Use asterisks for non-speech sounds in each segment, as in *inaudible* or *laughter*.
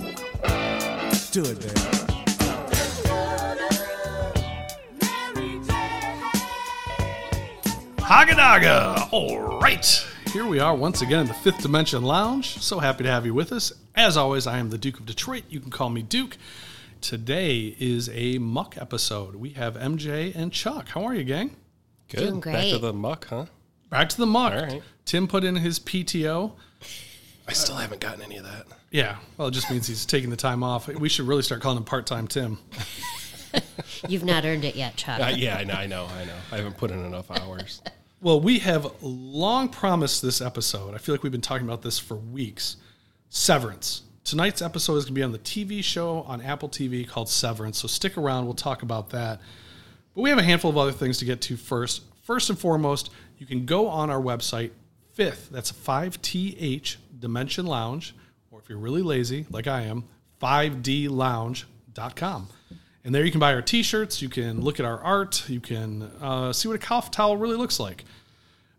love. Do it, baby. Hagadaga! All right. Here we are once again in the Fifth Dimension Lounge. So happy to have you with us. As always, I am the Duke of Detroit. You can call me Duke. Today is a muck episode. We have MJ and Chuck. How are you, gang? Good. Doing Back to great. the muck, huh? Back to the muck. All right. Tim put in his PTO. I still haven't gotten any of that. Yeah, well, it just means he's taking the time off. We should really start calling him part time Tim. You've not earned it yet, Chuck. Uh, yeah, I know, I know, I know. I haven't put in enough hours. Well, we have long promised this episode. I feel like we've been talking about this for weeks. Severance. Tonight's episode is going to be on the TV show on Apple TV called Severance. So stick around. We'll talk about that. But we have a handful of other things to get to first. First and foremost, you can go on our website, fifth, that's 5th Dimension Lounge, or if you're really lazy, like I am, 5dlounge.com. And there you can buy our t shirts, you can look at our art, you can uh, see what a cough towel really looks like.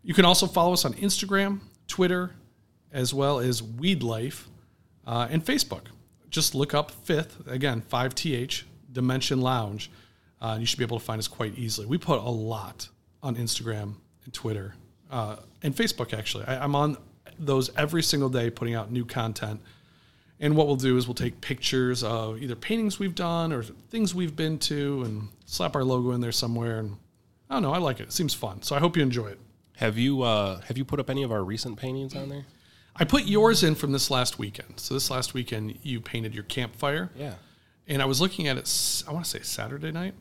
You can also follow us on Instagram, Twitter, as well as Weed Life uh, and Facebook. Just look up Fifth again, Five TH Dimension Lounge. Uh, and you should be able to find us quite easily. We put a lot on Instagram and Twitter uh, and Facebook. Actually, I, I'm on those every single day, putting out new content. And what we'll do is we'll take pictures of either paintings we've done or things we've been to, and slap our logo in there somewhere. And I don't know, I like it. It seems fun. So I hope you enjoy it. Have you uh have you put up any of our recent paintings on there? I put yours in from this last weekend. So this last weekend, you painted your campfire, Yeah. and I was looking at it. s- I want to say Saturday night,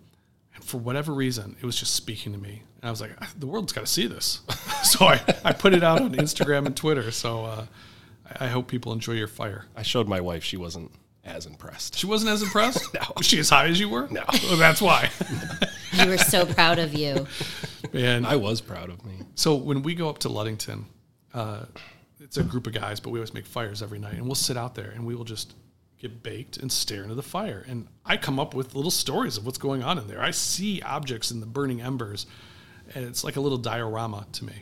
and for whatever reason, it was just speaking to me, and I was like, "Ah, "The world's got to see this." *laughs* so I, I put it out on Instagram and Twitter. So uh, I, I hope people enjoy your fire. I showed my wife, she wasn't as impressed. *laughs* She wasn't as impressed. no, was she as high as you were? No, well, that's why. You were so proud of *laughs* you. and I was proud of me. So when we go up to Ludington, uh, it's a group of guys, but we always make fires every night, and we'll sit out there and we will just get baked and stare into the fire. And I come up with little stories of what's going on in there. I see objects in the burning embers, and it's like a little diorama to me.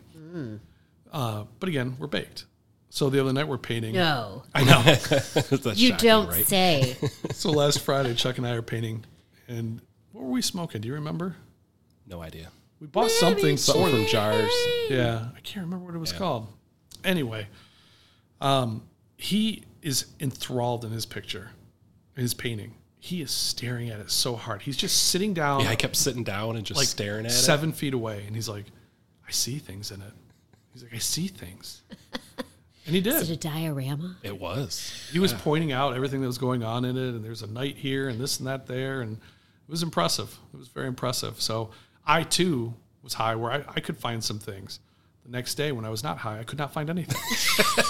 Uh, but again, we're baked. So the other night we're painting. No, I know. That's you shocking, don't right? *laughs* say. so last Friday, Chuck and I are painting, and what were we smoking? Do you remember? No idea. We bought something. Something from jars. Yeah, I can't remember what it was called. Anyway, um, he is enthralled in his picture, his painting. He is staring at it so hard. He's just sitting down, Yeah, I kept sitting down and just like staring at seven feet away, and he's like, "I see things in it." He's like, "I see things," *laughs* and he Is did. it a diorama? it. It was. He was pointing out everything that was going on in it, and there's a night here, and this and that there, and it was impressive. It was very impressive. So I too was high, where I, I could find some things. The next day, when I was not high, I could not find anything. *laughs*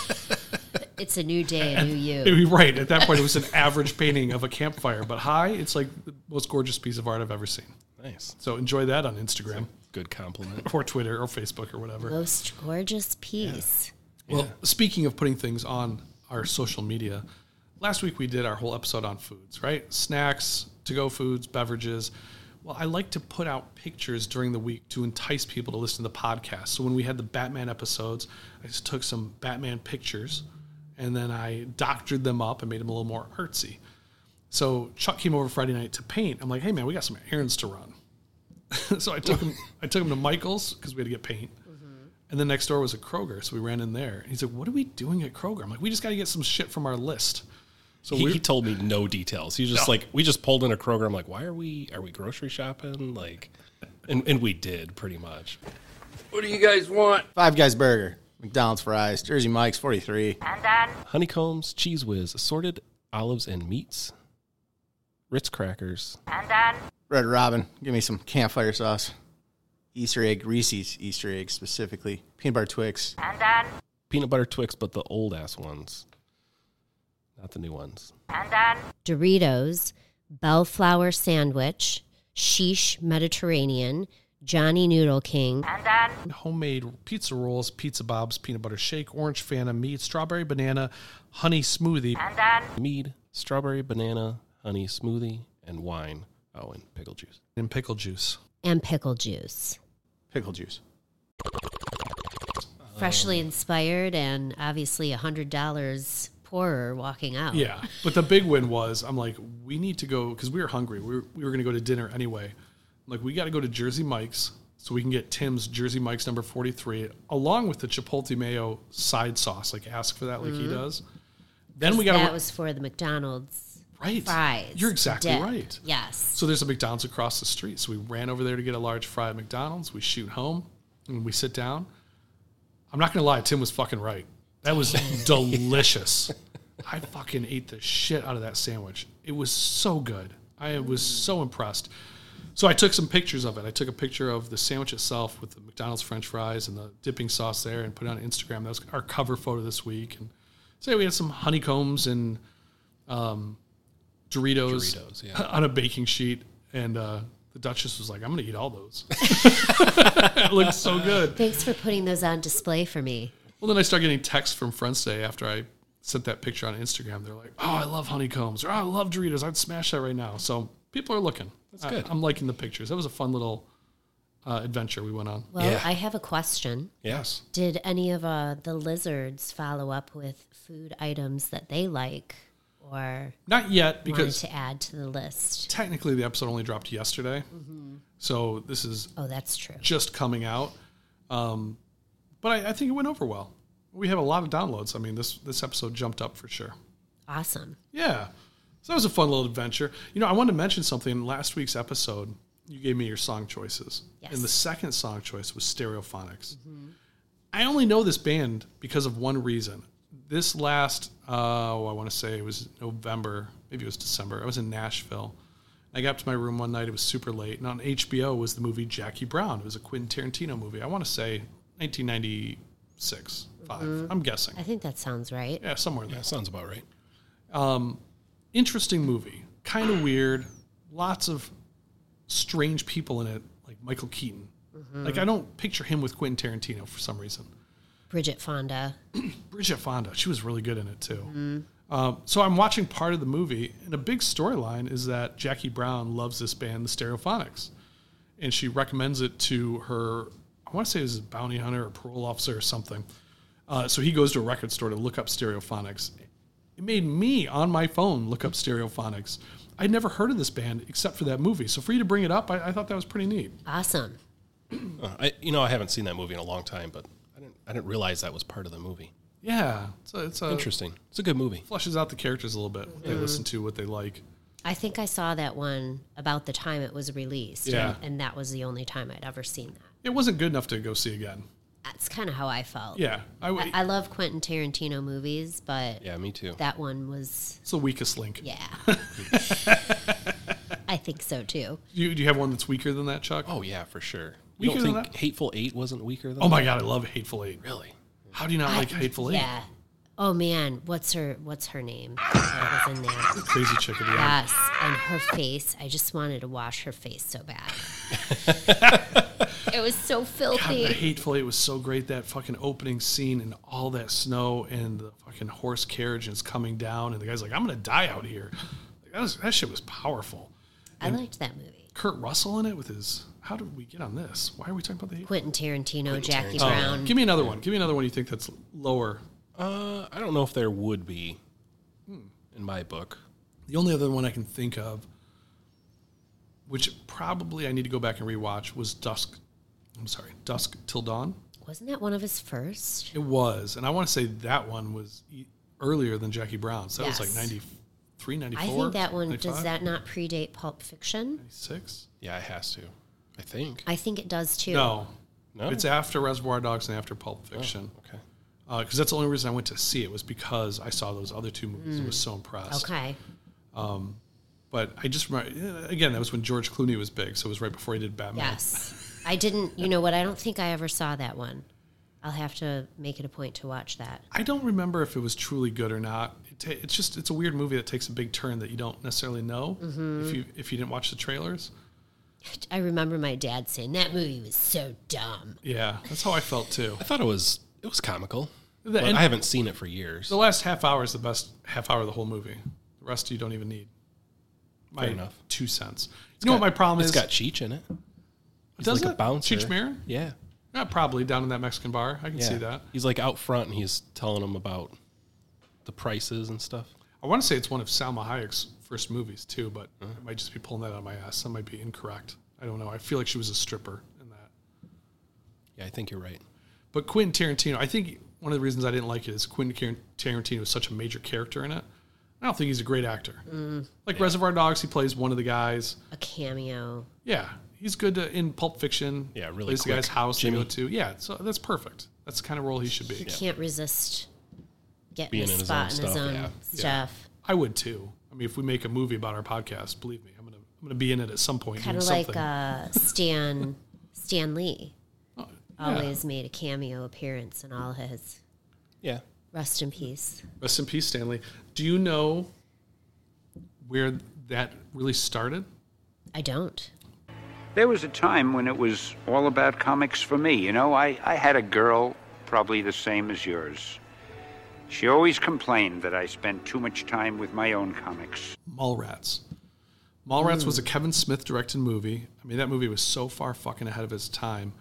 It's a new day, a new you. You're right. At that point, it was an average painting of a campfire, but high, it's like the most gorgeous piece of art I've ever seen. Nice. So enjoy that on Instagram Good compliment. or Twitter or Facebook or whatever. Most gorgeous piece. Well, speaking of putting things on our social media, last week we did our whole episode on foods, right? Snacks, to go foods, beverages. Well, I like to put out pictures during the week to entice people to listen to the podcast. So when we had the Batman episodes, I just took some Batman pictures and then I doctored them up and made them a little more artsy. So Chuck came over Friday night to paint. I'm like, hey man, we got some errands to run. *laughs* so I took him I took him to Michael's because we had to get paint. Mm-hmm. And then next door was a Kroger, so we ran in there. And he's like, "What are we doing at Kroger?" I'm like, "We just got to get some shit from our list." So He, we he told me no details. He was just like, we just pulled in a Kroger. I'm like, why are we are we grocery shopping? Like, and and we did pretty much. What do you guys want? Five Guys Burger, McDonald's fries, Jersey Mike's 43. honeycombs, cheese whiz, assorted olives and meats, Ritz crackers. Red Robin, give me some campfire sauce. Easter egg, Reese's Easter egg specifically. Peanut butter Twix. peanut butter Twix, but the old ass ones, not the new ones. Doritos, Bellflower sandwich, Sheesh Mediterranean, Johnny Noodle King, homemade pizza rolls, pizza bobs, peanut butter shake, orange fanta, meat, strawberry banana, honey smoothie. Mead, strawberry, banana, honey smoothie, and wine. Oh, and pickle juice. and pickle juice. and pickle juice. Oh. Pickle juice. freshly inspired and obviously $100 poorer walking out. Yeah, but the big win was I'm like, we need to go because we were hungry. We were, we were going to go to dinner anyway. I'm like, we got to go to Jersey Mike's so we can get Tim's Jersey Mike's number 43 along with the Chipotle mayo side sauce. Like, ask for that like he does. Then we got Mm-hmm. that to was for the McDonald's right. fries. You're exactly dip. right. Yes. So there's a McDonald's across the street. So we ran over there to get a large fry at McDonald's. We shoot home and we sit down. I'm not gonna lie, Tim was fucking right. That was delicious. I fucking ate the shit out of that sandwich. It was so good. I was so impressed. So I took some pictures of it. I took a picture of the sandwich itself with the McDonald's French fries and the dipping sauce there, and put it on Instagram. That was our cover photo this week. And say we had some honeycombs and um, Doritos, Doritos, yeah. on a baking sheet, and uh, the Duchess was like, "I'm gonna eat *laughs* all those. it looks so good." Thanks for putting those on display for me. Well, then I start getting texts from friends today after I sent that picture on Instagram. They're like, "Oh, I love honeycombs," or "I love Doritos." I'd smash that right now. So people are looking. That's good. I, am liking the pictures. That was a fun little uh, adventure we went on. Well, Yeah. I have a question. Yes. Did any of uh, the lizards follow up with food items that they like or Not yet wanted because to add to the list? technically the episode only dropped yesterday, Mm-hmm. so this is Oh, that's true. just coming out. Um, but I, I think it went over well. We have a lot of downloads. I mean, this this episode jumped up for sure. Awesome. Yeah. So that was a fun little adventure. You know, I wanted to mention something in last week's episode. You gave me your song choices. Yes. And the second song choice was Stereophonics. I only know this band because of one reason. This last, uh, oh, I want to say it was November, maybe it was December. I was in Nashville. I got up to my room one night. It was super late. And on HBO was the movie Jackie Brown. It was a Quentin Tarantino movie. I want to say 1996, 5. I'm guessing. I think that sounds right. Yeah, somewhere in there That sounds about right. Um, interesting movie, kind of weird, lots of strange people in it, like Michael Keaton. Like I don't picture him with Quentin Tarantino for some reason. Bridget Fonda. Bridget Fonda, she was really good in it too. Um, so I'm watching part of the movie, and a big storyline is that Jackie Brown loves this band, the Stereophonics, and she recommends it to her. I want to say it was a bounty hunter or parole officer or something. Uh, so he goes to a record store to look up Stereophonics. It made me on my phone look up Stereophonics. I'd never heard of this band except for that movie. So for you to bring it up, I, I thought that was pretty neat. Awesome. Uh, I, you know, I haven't seen that movie in a long time, but I didn't, I didn't realize that was part of the movie. Yeah, it's a, it's a Mm-hmm. Interesting. It's a good movie. flushes out the characters a little bit. What they listen to, what they like. I think I saw that one about the time it was released. Yeah. And, and that was the only time I'd ever seen that. It wasn't good enough to go see again. That's kind of how I felt. Yeah, I, w- I, I love Quentin Tarantino movies, but Yeah, me too. that one was, it's the weakest link. *laughs* yeah. I think so too. Do, you, do you have one that's weaker than that, Chuck? Oh yeah, for sure. You Weaker don't than think that? Hateful Eight wasn't weaker than? Oh my God, I love Hateful Eight. Really? How do you not like Hateful Eight? Yeah. Oh man, what's her what's her name? That was in there. Crazy chick of the end. Yes, and her face. I just wanted to wash her face so bad. it was so God, the filthy. Hateful Eight was so great. That fucking opening scene and all that snow and the fucking horse carriage is coming down and the guy's like, "I'm gonna die out here." Like, that, was, that shit was powerful. I liked that movie. Kurt Russell in it with his. How did we get on this? Why are we talking about the? Hateful? Quentin Tarantino, Jackie Brown. Give me another one. Give me another one you think that's lower. Uh, I don't know if there would be in my book. The only other one I can think of, which probably I need to go back and rewatch, was Dusk. I'm sorry, Dusk Till Dawn. Wasn't that one of his first? It was, and I want to say that one was e- earlier than Jackie Brown's. That was Yes. like 93, 94. I think that one 95, does that not predate Pulp Fiction? 96? Yeah, it has to. I think. I think it does too. No. No. Oh, It's after Reservoir Dogs and after Pulp Fiction. okay. Because that's the only reason I went to see it was because I saw those other two movies and was so impressed. Mm. Okay. But I just remember, eh, again, that was when George Clooney was big. So it was right before he did Batman. Yes. I didn't, you know what? I don't think I ever saw that one. I'll have to make it a point to watch that. I don't remember if it was truly good or not. It ta- it's just it's a weird movie that takes a big turn that you don't necessarily know if you if you didn't watch the trailers. I remember my dad saying that movie was so dumb. Yeah, that's how I felt too. I thought it was it was comical. The, But and I haven't seen it for years. the last half hour is the best half hour of the whole movie. The rest you don't even need. My enough. two cents. You know what my problem It's is? got Cheech in it. He's Does like a it? bouncer. Cheech Marin? Yeah. Yeah, probably down in that Mexican bar. I can see that. He's like out front and he's telling them about the prices and stuff. I want to say it's one of Salma Hayek's first movies too, but Uh-huh. I might just be pulling that out of my ass. That might be incorrect. I don't know. I feel like she was a stripper in that. Yeah, I think you're right. But Quentin Tarantino, I think one of the reasons I didn't like it is Quentin Tar- Tarantino is such a major character in it. I don't think he's a great actor. Mm, Like Reservoir Dogs, he plays one of the guys. A cameo. Yeah, he's good to, in Pulp Fiction. Yeah, really Plays the guy's quick. house Jimmy. they go to. Yeah, so that's perfect. That's the kind of role he should be. Can't resist getting Being a in his spot own in his stuff, own yeah. stuff. I would too. I mean, if we make a movie about our podcast, believe me, I'm gonna I'm gonna be in it at some point. Kind of doing like something. uh, Stan *laughs* Stan Lee Oh, yeah. always made a cameo appearance in all his Yeah. rest in peace. Rest in peace, Stanley. Do you know where that really started? I don't. There was a time when it was all about comics for me. You know, I, I had a girl, probably the same as yours. She always complained that I spent too much time with my own comics. Mallrats. Mallrats was a Kevin Smith directed movie. I mean, that movie was so far fucking ahead of its time.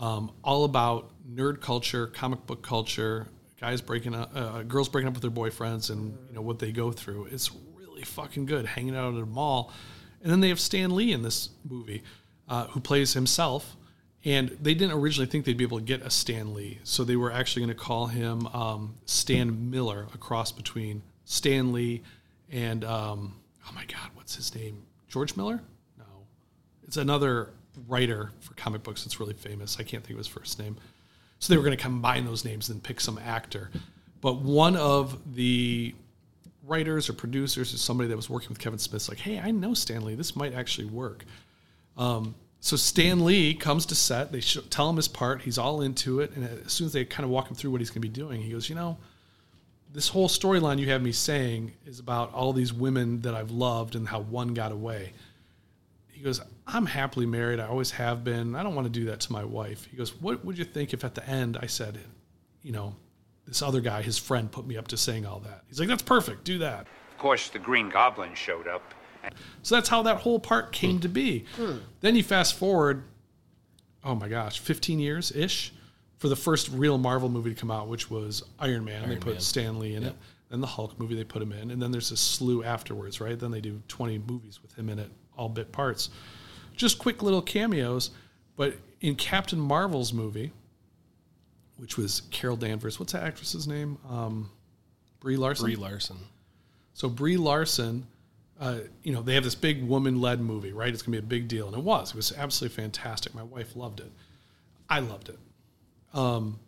Um, all about nerd culture, comic book culture, guys breaking up, uh, girls breaking up with their boyfriends, and you know what they go through. It's really fucking good. Hanging out at a mall, and then they have Stan Lee in this movie, uh, who plays himself. And they didn't originally think they'd be able to get a Stan Lee, so they were actually going to call him um, Stan Miller, a cross between Stan Lee and um, oh my god, what's his name? George Miller? No, it's another writer for comic books that's really famous. I can't think of his first name. So they were going to combine those names and pick some actor. But one of the writers or producers or somebody that was working with Kevin Smith's like, hey, I know Stanley. This might actually work. Um, So Stan Lee comes to set. They show, tell him his part. He's all into it. And as soon as they kind of walk him through what he's going to be doing, he goes, "You know, this whole storyline you have me saying is about all these women that I've loved and how one got away." He goes, "I'm happily married. I always have been. I don't want to do that to my wife." He goes, "What would you think if at the end I said, you know, this other guy, his friend, put me up to saying all that?" He's like, "That's perfect. Do that." Of course, the Green Goblin showed up. So that's how that whole part came to be. Then you fast forward, oh my gosh, 15 years ish for the first real Marvel movie to come out, which was Iron Man. they put Stan Lee in it. Then the Hulk movie they put him in. And then there's this slew afterwards, right? Then they do 20 movies with him in it, all bit parts. Just quick little cameos. But in Captain Marvel's movie, which was Carol Danvers, what's that actress's name? Um, Brie Larson. Brie Larson. So Brie Larson, uh, you know, they have this big woman-led movie, right? It's gonna be a big deal, and it was. It was absolutely fantastic. My wife loved it. I loved it. Um,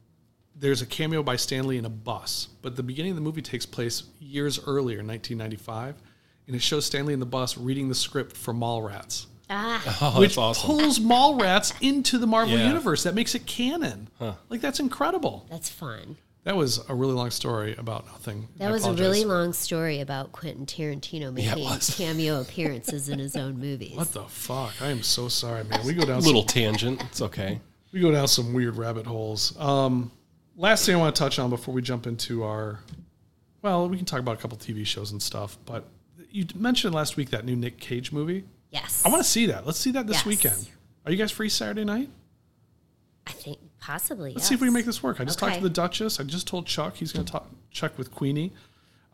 there's a cameo by Stanley in a bus, but the beginning of the movie takes place years earlier, 1995, and it shows Stanley in the bus reading the script for Mallrats, *laughs* Ah, Oh, which that's awesome. pulls Mallrats into the Marvel Yeah. universe. That makes it canon. Like that's incredible. that's fun. That was a really long story about nothing. That I was apologize. a really long story about Quentin Tarantino making *laughs* was. cameo appearances in his own movies. What the fuck? I am so sorry, man. We go down some Little tangent. It's okay. *laughs* we go down some weird rabbit holes. Um, last thing I want to touch on before we jump into our, well, we can talk about a couple TV shows and stuff, but you mentioned last week that new Nick Cage movie. Yes, I want to see that. Let's see that this Yes. weekend. Are you guys free Saturday night? I think possibly. Let's see if we can make yes. this work. I just talked to Okay. the Duchess. I just told Chuck he's going to talk check with Queenie.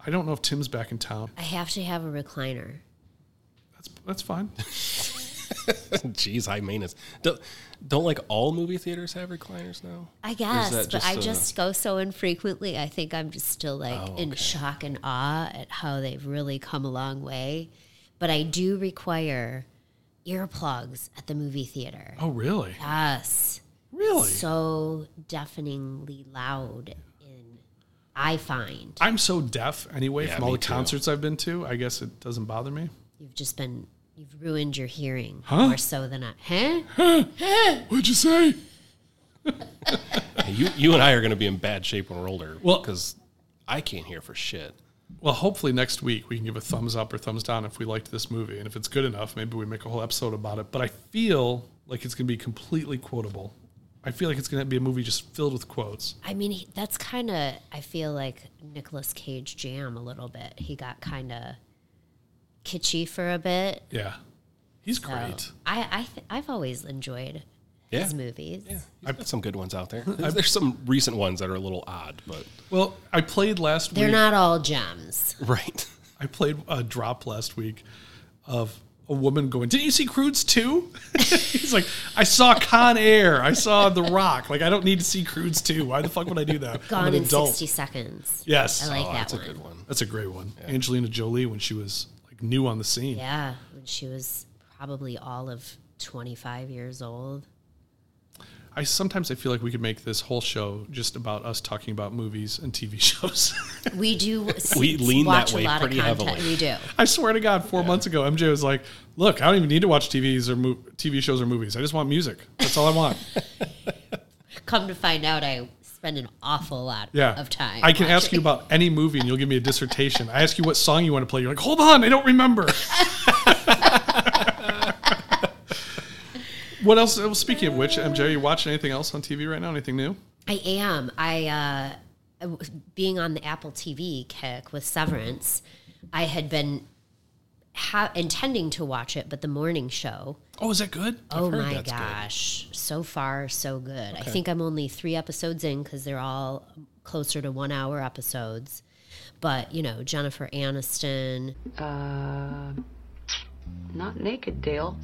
I don't know if Tim's back in town. I have to have a recliner. That's that's *laughs* fine. Jeez, high maintenance. Don't, don't like all movie theaters have recliners now? I guess, that but I just a- Oh, just go so infrequently. I think I'm just still like in shock and awe at how they've really come a long way. But I do require earplugs at the movie theater. Oh really? Yes. Really? So deafeningly loud in I find. I'm so deaf anyway Yeah, from all me the too. concerts I've been to. I guess it doesn't bother me. You've just been you've ruined your hearing more so than I huh? What'd you say? Hey, you, you and I are going to be in bad shape when we're older. Well- because I can't hear for shit. Well, hopefully next week we can give a thumbs up or thumbs down if we liked this movie. And if it's good enough, maybe we make a whole episode about it. But I feel like it's going to be completely quotable. I feel like it's going to be a movie just filled with quotes. I mean, he, that's kind of I feel like Nicolas Cage jam a little bit. He got kind of kitschy for a bit. Yeah. He's So great. I I th- I've always enjoyed his movies. He's got some good ones out *laughs* there. There's, there's some recent ones that are a little odd, but Well, I played last They're week. not all gems. right. I played a drop last week of a woman going, Didn't you see Crudes 2? *laughs* He's like, I saw Con Air. I saw The Rock. Like, I don't need to see Crudes 2. Why the fuck would I do that? I'm Gone an in adult. sixty seconds. Yes. I like Oh, that That's *laughs* a one. good one. That's a great one. Angelina Jolie, when she was like new on the scene. Yeah, when she was probably all of twenty five years old. I sometimes I feel like we could make this whole show just about us talking about movies and TV *laughs* shows. We do. We lean watch that way a lot pretty of content. heavily. We do. I swear to God, four months ago, MJ was like, "Look, I don't even need to watch TVs or mo- TV shows or movies. I just want music. That's all *laughs* I want." Come to find out, I spend an awful lot Yeah, of time. I can watching. ask you about any movie, and you'll give me a dissertation. I ask you what song you want to play. You're like, "Hold on, I *laughs* don't remember." what else? Well, speaking of which, MJ, are you watching anything else on TV right now? Anything new? I am. I uh, I w- being on the Apple TV kick with Severance. I had been ha- intending to watch it, but the morning show. Oh, is that good? oh my gosh, so far so good. I think I'm only three episodes in because they're all closer to one hour episodes. But you know, Jennifer Aniston. Not naked, Dale.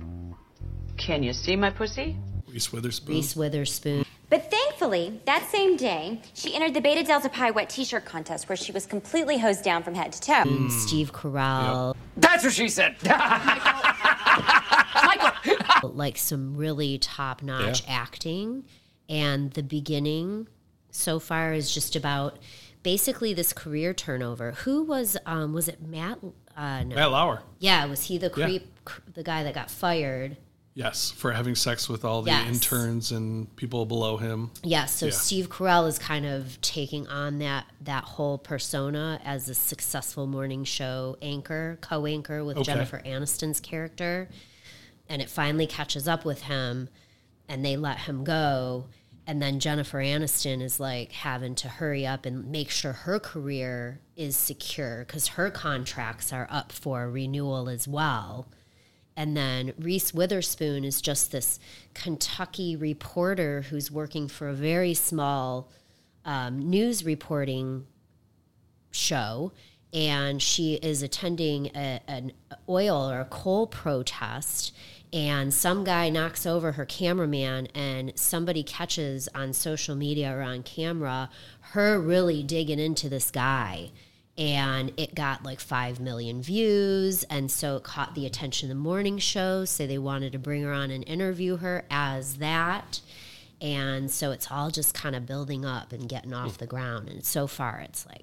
Can you see my pussy? Reese Witherspoon. Reese Witherspoon. But thankfully, that same day, she entered the Beta Delta Pi wet t-shirt contest where she was completely hosed down from head to toe. Steve Carell, That's what she said. *laughs* *laughs* like some really top notch acting. And the beginning so far is just about basically this career turnover. Who was, um, was it Matt? Uh, no. Matt Lauer. Yeah, was he the creep, cr- the guy that got fired? Yes, for having sex with all the Yes. interns and people below him. Yeah, so Steve Carell is kind of taking on that that whole persona as a successful morning show anchor, co-anchor with Jennifer Aniston's character, and it finally catches up with him, and they let him go, and then Jennifer Aniston is like having to hurry up and make sure her career is secure because her contracts are up for renewal as well. And then Reese Witherspoon is just this Kentucky reporter who's working for a very small um, news reporting show. And she is attending a, an oil or a coal protest. And some guy knocks over her cameraman, and somebody catches on social media or on camera her really digging into this guy and it got like 5 million views and so it caught the attention of the morning show so they wanted to bring her on and interview her as that and so it's all just kind of building up and getting off the ground and so far it's like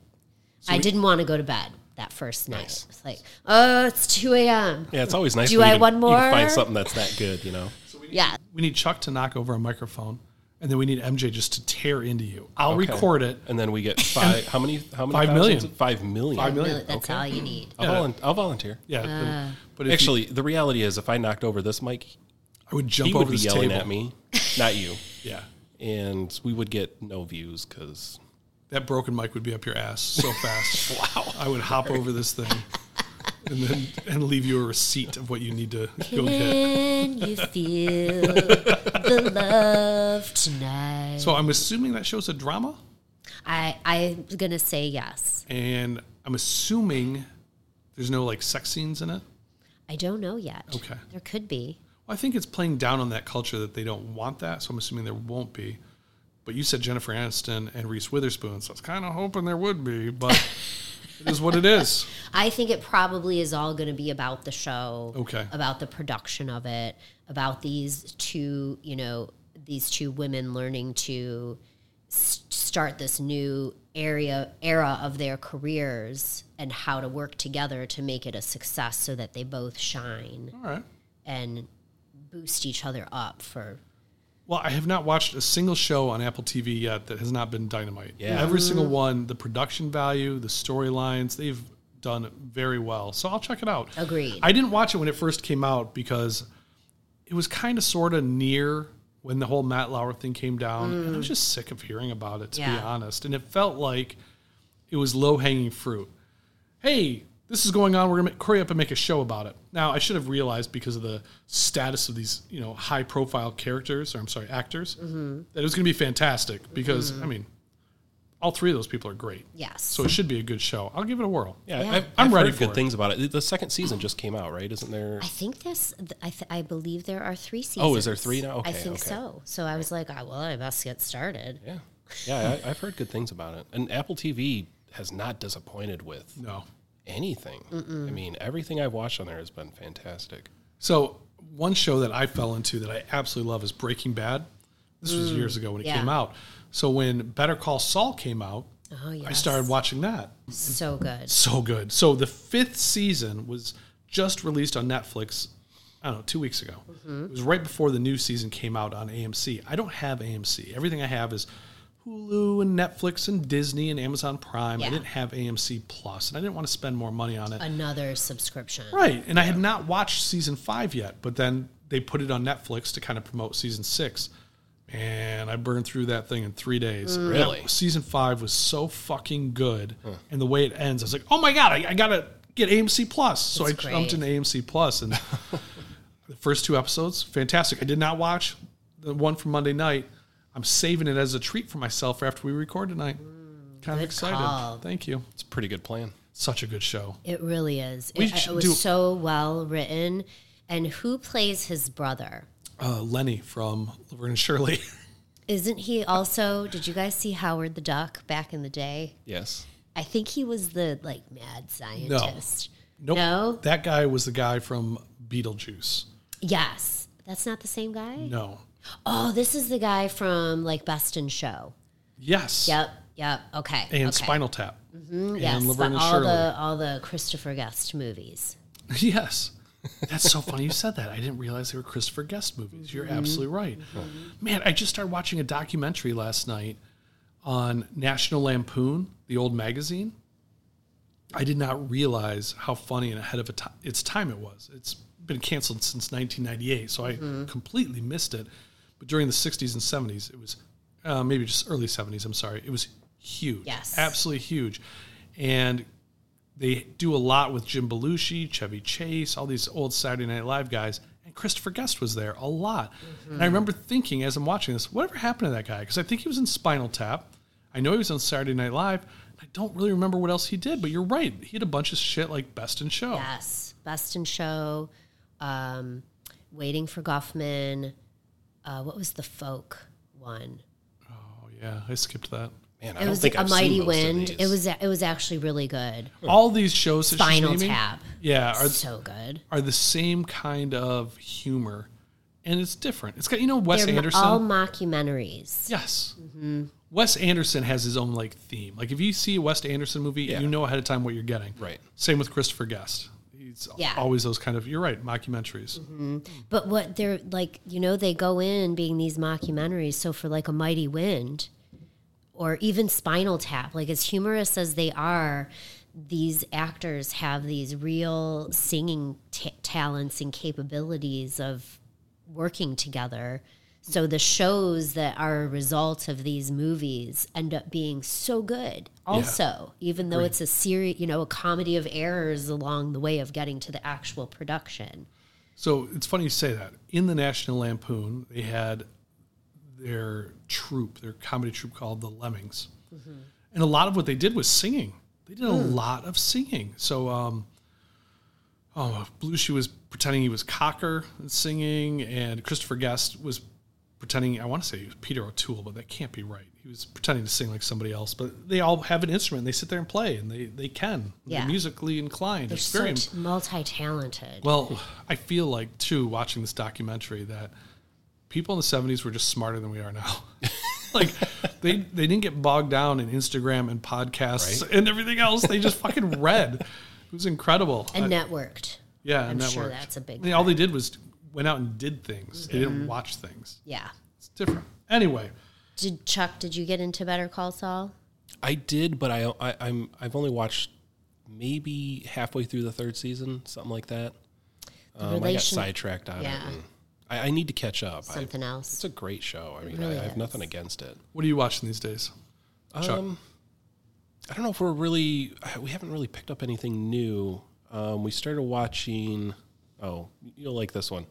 i didn't want to go to bed that first night it's like oh it's 2 a.m Yeah, it's always nice. Do when I you can, want You can more? find something that's that good, you know. yeah We need Chuck to knock over a microphone, and then we need MJ just to tear into you. I'll Okay. record it. and then we *laughs* get five. how many? How many? Five thousands? million. Five million. Five million. really, that's Okay. all you *laughs* need I'll, volun- I'll volunteer. Yeah, then- but if Actually, the reality is, if I knocked over this mic, you- I would jump he over would be this yelling table. at me, not *laughs* you, Yeah, and we would get no views because that broken mic would be up your ass *laughs* so fast. wow, I would hop over this thing, and then and leave you a receipt of what you need to go get. can you feel the love tonight So I'm assuming that show's a drama, i i'm gonna say yes and I'm assuming there's no like sex scenes in it. i don't know yet Okay. there could be Well, I think it's playing down on that culture that they don't want that, so I'm assuming there won't be. But you said Jennifer Aniston and Reese Witherspoon, so I was kind of hoping there would be, but it is what it is. I think it probably is all going to be about the show, Okay. about the production of it, about these two, you know, these two women learning to s- start this new area era of their careers and how to work together to make it a success so that they both shine All right. and boost each other up for Well, I have not watched a single show on Apple TV yet that has not been dynamite. Yeah. Mm. Every single one, the production value, the storylines, they've done very well. So I'll check it out. Agreed. I didn't watch it when it first came out because it was kind of sort of near when the whole Matt Lauer thing came down. And I was just sick of hearing about it, to be Mm. Yeah. honest. And it felt like it was low hanging fruit. Hey, This is going on. We're gonna make, hurry up and make a show about it. Now, I should have realized because of the status of these, you know, high-profile characters, or I'm sorry, actors, Mm-hmm. that it was going to be fantastic. Because I mean, all three of those people are great. Yes. So it should be a good show. I'll give it a whirl. Yeah, I've, I'm I've ready heard for good it. things about it. The second season just came out, right? Isn't there? I think this. th- I th- I believe there are three seasons. Oh, is there three now? I Okay, think okay. so. So I was like, oh, well, I must get started. Yeah, yeah, I, I've heard good things about it. And Apple TV has not disappointed with No. anything. I mean, everything I've watched on there has been fantastic. So one show that I fell into that I absolutely love is Breaking Bad. This was years ago when it Mm, yeah. came out. So when Better Call Saul came out, Oh yeah. I started watching that. So good. So good. So the fifth season was just released on Netflix. I don't know, two weeks ago. It was right before the new season came out on AMC. I don't have AMC. Everything I have is Hulu and Netflix and Disney and Amazon Prime. I Yeah. didn't have AMC Plus, and I didn't want to spend more money on it. Another subscription. Right. And I had not watched season five yet, but then they put it on Netflix to kind of promote season six. And I burned through that thing in three Mm. days. Really? That- season five was so fucking good. And the way it ends, I was like, oh my God, I, I got to get AMC Plus. So It's I jumped great. into AMC *laughs* Plus and the first two episodes, fantastic. I did not watch the one from Monday night. I'm saving it as a treat for myself for after we record tonight. Kind of Mm. good excited. call. Thank you. It's a pretty good plan. Such a good show. It really is. We It, it should was do- so well written. And who plays his brother? Uh, Lenny from Laverne and Shirley. *laughs* Isn't he also? Did you guys see Howard the Duck back in the day? Yes. I think he was the like mad scientist. Nope. No? That guy was the guy from Beetlejuice. Yes. That's not the same guy? No. Oh, this is the guy from like Best in Show. Yes. Yep. Yep. Okay. And okay. Spinal Tap. And yes, Laverne the- and all Shirley. the all the Christopher Guest movies. *laughs* Yes. That's so funny you said that. I didn't realize they were Christopher Guest movies. You're absolutely right. Man, I just started watching a documentary last night on National Lampoon, the old magazine. I did not realize how funny and ahead of a ti- its time it was. It's been canceled since 1998, so I completely missed it. But during the 60s and 70s, it was uh, maybe just early 70s, I'm sorry, it was huge. Yes. Absolutely huge. And they do a lot with Jim Belushi, Chevy Chase, all these old Saturday Night Live guys. And Christopher Guest was there a lot. Mm-hmm. And I remember thinking as I'm watching this, whatever happened to that guy? Because I think he was in Spinal Tap. I know he was on Saturday Night Live. I don't really remember what else he did, but you're right. He had a bunch of shit like Best in Show. Yes, Best in Show, um, Waiting for Goffman. Uh, what was the folk one? Oh, yeah. I skipped that. Man, It I don't was think a I've seen Mighty most of Wind. It these. was it was actually really good. All these shows that she's Spinal naming, Tap. Yeah, are, so good. are the same kind of humor. And it's different. It's got, you know, Wes They're Anderson. all mockumentaries. Yes. Wes Anderson has his own like theme. Like if you see a Wes Anderson movie, you know ahead of time what you're getting. Right. Same with Christopher Guest. He's Yeah. always those kind of. You're right. Mockumentaries. But what they're like, you know, they go in being these mockumentaries. So for like a Mighty Wind or even Spinal Tap, like as humorous as they are, these actors have these real singing t- talents and capabilities of working together. So the shows that are a result of these movies end up being so good. Also, even though it's a series, you know, a comedy of errors along the way of getting to the actual production. So it's funny you say that. In the National Lampoon, they had their troupe, their comedy troupe called the Lemmings, Mm-hmm. and a lot of what they did was singing. They did a Mm. lot of singing. So, um, oh, Belushi was pretending he was Cocker and singing, and Christopher Guest was pretending. I want to say he was Peter O'Toole, but that can't be right. He was pretending to sing like somebody else. But they all have an instrument. And they sit there and play, and they they can. Yeah. They're musically inclined. They're It's very so multi talented. well, I feel like too watching this documentary that people in the '70s were just smarter than we are now. *laughs* like they they didn't get bogged down in Instagram and podcasts and everything else. They just fucking read. It was incredible. and I- networked. yeah, and I'm that sure worked. that's a big Mm-hmm. I mean, all they did was went out and did things. They didn't watch things. Yeah. It's different. Anyway, Did Chuck? Did you get into Better Call Saul? I did, but I, I I'm I've only watched maybe halfway through the third season, something like that. Um, I got relation- sidetracked on Yeah. it. and I, I need to catch up. I, Something it's else. a great show. I mean, really I, I is. have nothing against it. what are you watching these days? Chuck? Um, I don't know if we're really *sighs* we haven't really picked up anything new. Um, we started watching. Oh, you'll like this one.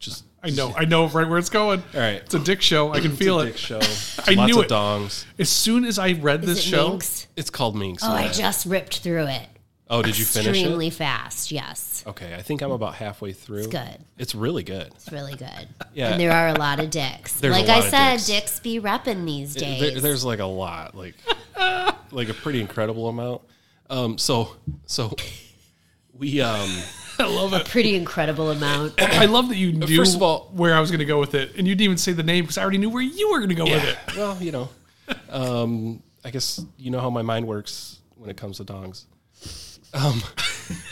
Just *laughs* I know, I know right where it's going. All right. It's a dick show. I can feel dick it. show. *laughs* I Lots knew of it. dongs. As soon as I read Is this it show, Minx? It's called Minx. Oh, I yeah. just ripped through it. oh, did you finish Extremely it? fast. Yes, Okay, I think I'm about halfway through. It's good. It's really good. it's really good. Yeah. and there are a lot of dicks. There's a like lot I of said, dicks. be repping these days. There, there's like a lot, like *laughs* like a pretty incredible amount. Um, so so we um *laughs* pretty incredible *coughs* amount. I love that you knew First of all- where I was going to go with it, and you didn't even say the name because I already knew where you were going to go with it. well, you know, um, I guess you know how my mind works when it comes to dongs. Um,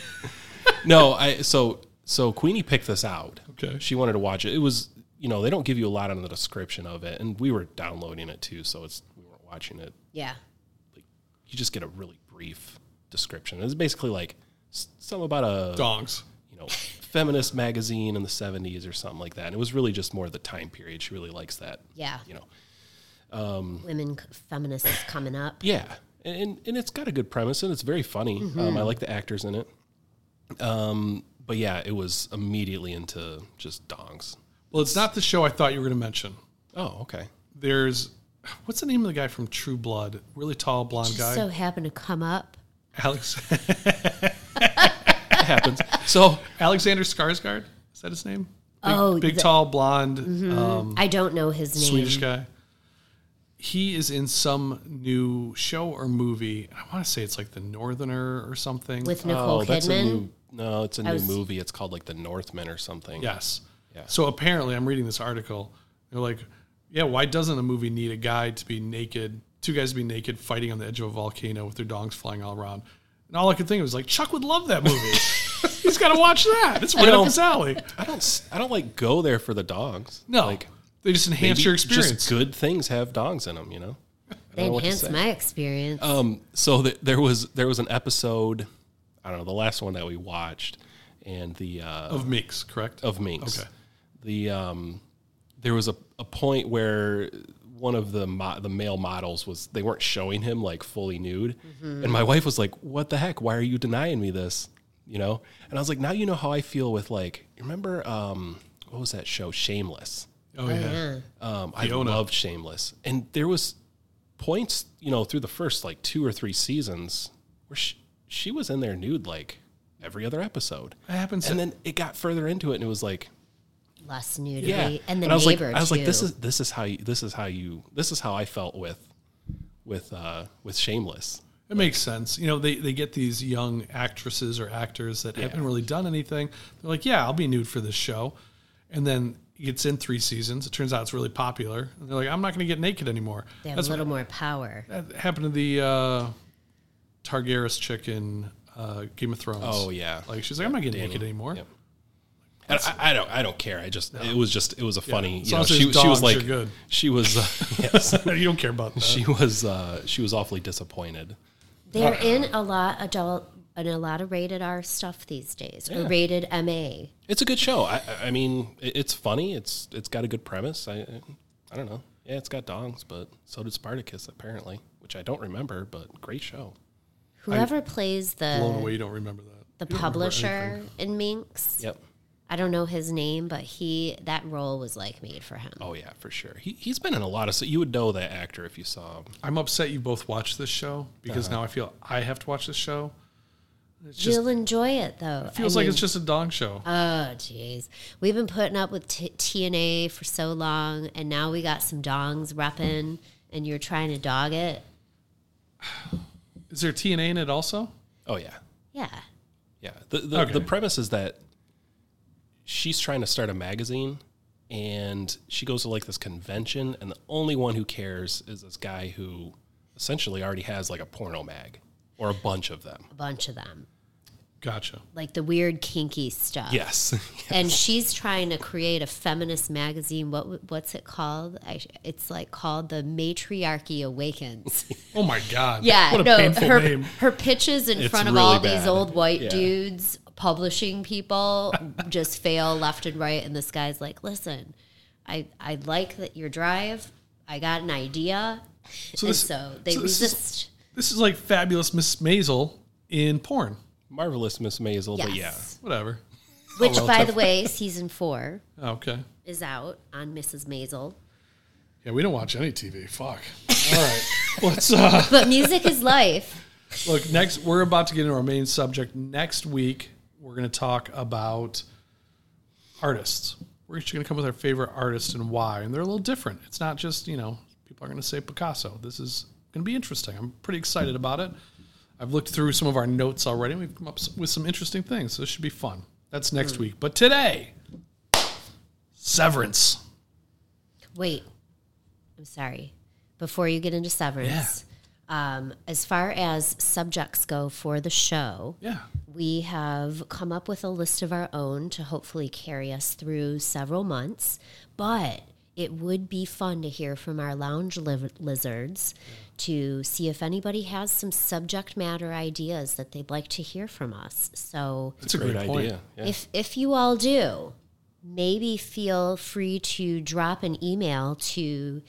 *laughs* no, I so so Queenie picked this out. Okay. she wanted to watch it. It was you know they don't give you a lot on the description of it, and we were downloading it too, so it's we weren't watching it. Yeah, You just get a really brief description. It's basically like s- some about a Dongs. you know, feminist magazine in the 70s or something like that. And it was really just more the time period. She really likes that. yeah. You know, Women c- feminists coming up. yeah. And, and, and it's got a good premise and it's very funny. Um, I like the actors in it. Um, but yeah, it was immediately into just dongs. Well, it's not the show I thought you were going to mention. Oh, okay. There's what's the name of the guy from True Blood? Really tall blonde Just guy, so happened to come up. *laughs* Alex It happens. so Alexander Skarsgård. Is that his name? Big, Oh, big the- tall blonde um, I don't know his name. Swedish guy. He is in some new show or movie. I want to say it's like The Northerner or something. with Nicole oh, that's a Kidman. new, no, it's a new was- movie. It's called like The Northmen or something. Yes. So apparently, I'm reading this article. They're like, yeah, why doesn't a movie need a guy to be naked, two guys to be naked fighting on the edge of a volcano with their dongs flying all around? And all I could think of was like, Chuck would love that movie. *laughs* He's got to watch that. It's right know. up his alley. I don't, s- I don't like go there for the dongs. No, Like, they just enhance maybe your experience. Just good things have dongs in them, you know? They know what to enhanced say. my experience. Um, so th- there was there was an episode, I don't know, the last one that we watched, and the uh, Of Meeks, correct? of Minx. Okay. The um, there was a, a point where one of the mo- the male models was they weren't showing him like fully nude, and my wife was like, "What the heck? Why are you denying me this?" You know, and I was like, "Now you know how I feel with like remember um, what was that show Shameless." oh, yeah. Um, I loved Shameless, and there was points, you know, through the first like two or three seasons where she, she was in there nude like every other episode, It happens. and then it got further into it, and it was like, Less nudity. yeah, And the I was like, neighbor I was too. like, this is this is how you, this is how you this is how I felt with with uh with Shameless. It makes sense. You know, they, they get these young actresses or actors that haven't really done anything. They're like, yeah, I'll be nude for this show. And then it gets in three seasons. It turns out it's really popular. And they're like, I'm not going to get naked anymore. They have That's a little more power. what that happened to the uh, Targaryen chick in uh, Game of Thrones. Oh yeah, Like, she's like, I'm not getting naked anymore. Yep. And I, I don't, I don't care. I just, it was just, it was a funny. As You long know, as she, there's she was dogs, like, you're good. she was, uh, *laughs* yes, you don't *laughs* care about that. she was, uh, she was awfully disappointed. They're in a lot adult and a lot of rated R stuff these days, or rated MA. It's a good show. I, I- I mean, it- it's funny. It's it's got a good premise. I I- I don't know. Yeah, it's got dongs, but so did Spartacus apparently, which I don't remember. But great show. Whoever plays Blown the away, you don't remember that. the publisher in Minx, Yep. I don't know his name, but he that role was like made for him. Oh yeah, for sure. He he's been in a lot of. So you would know that actor if you saw him. I'm upset you both watched this show because Uh-huh. now I feel I have to watch this show. It's just, You'll enjoy it though. I feels like mean- it's just a dong show. Oh jeez, we've been putting up with t- TNA for so long, and now we got some dongs repping, and you're trying to dog it. Is there TNA in it also? Oh yeah, Yeah, yeah. The the, Okay. the premise is that she's trying to start a magazine, and she goes to like this convention, and the only one who cares is this guy who essentially already has like a porno mag or a bunch of them. a bunch of them, Gotcha. like the weird kinky stuff. *laughs* Yes. and she's trying to create a feminist magazine. What w- what's it called? I, sh- it's like called the Matriarchy *laughs* Awakens. Oh my god. yeah, What a no, painful her name. her pitches in It's front of really all these bad. old white Yeah. dudes, publishing people, just fail left and right. And this guy's like, "Listen, I I like that your drive. I got an idea." and this- so they so this is- resist. This is like fabulous Miss Maisel in porn. *laughs* Marvelous Miss Maisel, but yeah. Yes. Whatever. Oh, Which, by the way, season four Okay. is out on Mrs. Maisel. Yeah, we don't watch any TV. Fuck. *laughs* All right. What's uh But music is life. Look, next we're about to get into our main subject. Next week we're going to talk about artists. We're each going to come with our favorite artists and why, and they're a little different. It's not just you know people are going to say Picasso. This is going to be interesting. I'm pretty excited about it. I've looked through some of our notes already. and We've come up s- with some interesting things. So this should be fun. That's next week. But today, Severance. Wait, I'm sorry. Before you get into severance, um, as far as subjects go for the show, Yeah. we have come up with a list of our own to hopefully carry us through several months. But it would be fun to hear from our lounge liv- lizards to see if anybody has some subject matter ideas that they'd like to hear from us. So That's a great, point. idea. Yeah. if if you all do, maybe feel free to drop an email to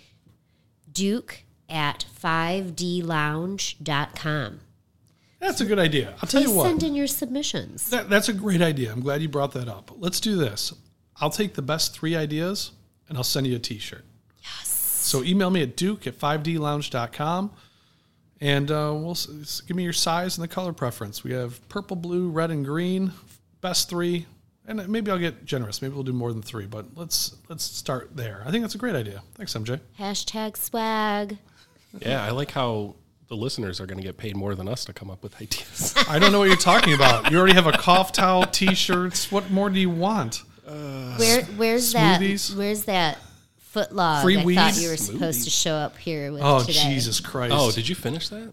duke at 5dlounge.com. That's a good idea. I'll tell Please you what. send in your submissions. That, that's a great idea. I'm glad you brought that up. Let's do this. I'll take the best three ideas and I'll send you a t shirt. Yes. So email me at duke at 5dlounge.com and uh, we'll s- s- give me your size and the color preference. We have purple, blue, red, and green. Best three. And maybe I'll get generous. Maybe we'll do more than three, but let's let's start there. I think that's a great idea. Thanks, MJ. Hashtag swag. yeah, I like how the listeners are going to get paid more than us to come up with *laughs* ideas. I don't know what you're talking about. You already have a cough towel, t-shirts. What more do you want? Where where's Smoothies? that where's that foot log Free I thought weed? you were supposed to show up here with Oh, today? Jesus Christ! oh, did you finish that?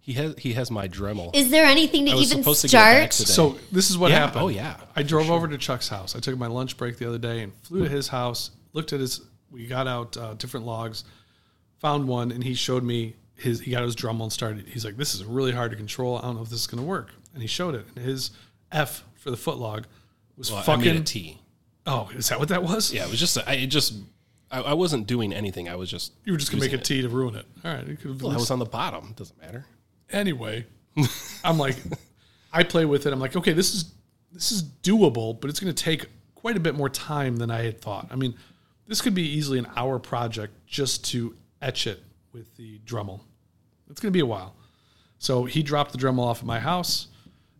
He has he has my Dremel. Is there anything to I was even supposed to get start? back to that. So this is what Yeah, happened. oh, yeah, I drove over to Chuck's house. I took my lunch break the other day and flew to his house. Looked at his. We got out uh, different logs, found one, and he showed me his. He got his Dremel and started. He's like, "This is really hard to control. I don't know if this is going to work." And he showed it. And his F for the foot log was Well, I fucking. made a T. oh, is that what that was? Yeah, it was just I it just I, I wasn't doing anything. I was just You were just gonna make a using it. T to ruin it. All right. It could Well, I was on the bottom. Doesn't matter. anyway, I'm like, I play with it. I'm like, okay, this is this is doable, but it's going to take quite a bit more time than I had thought. I mean, this could be easily an hour project just to etch it with the Dremel. It's going to be a while. So he dropped the Dremel off at my house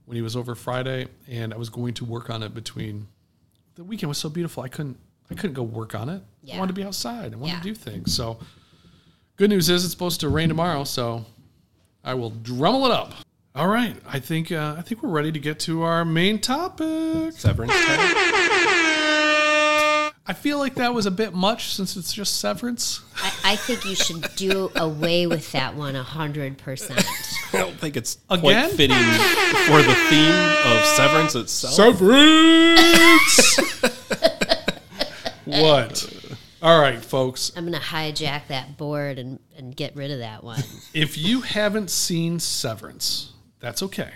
when he was over Friday, and I was going to work on it between. The weekend was so beautiful. I couldn't. I couldn't go work on it. I Yeah. wanted to be outside. I wanted Yeah. to do things. So, good news is it's supposed to rain tomorrow. So I will drummel it up. All right, I think uh, I think we're ready to get to our main topic. Severance. time? I feel like that was a bit much since it's just severance. I, I think you should do away with that one hundred percent. I don't think it's Again? quite fitting for the theme of severance itself. Severance. what? All right, folks. I'm gonna hijack that board and, and get rid of that one. If you haven't seen Severance, that's okay.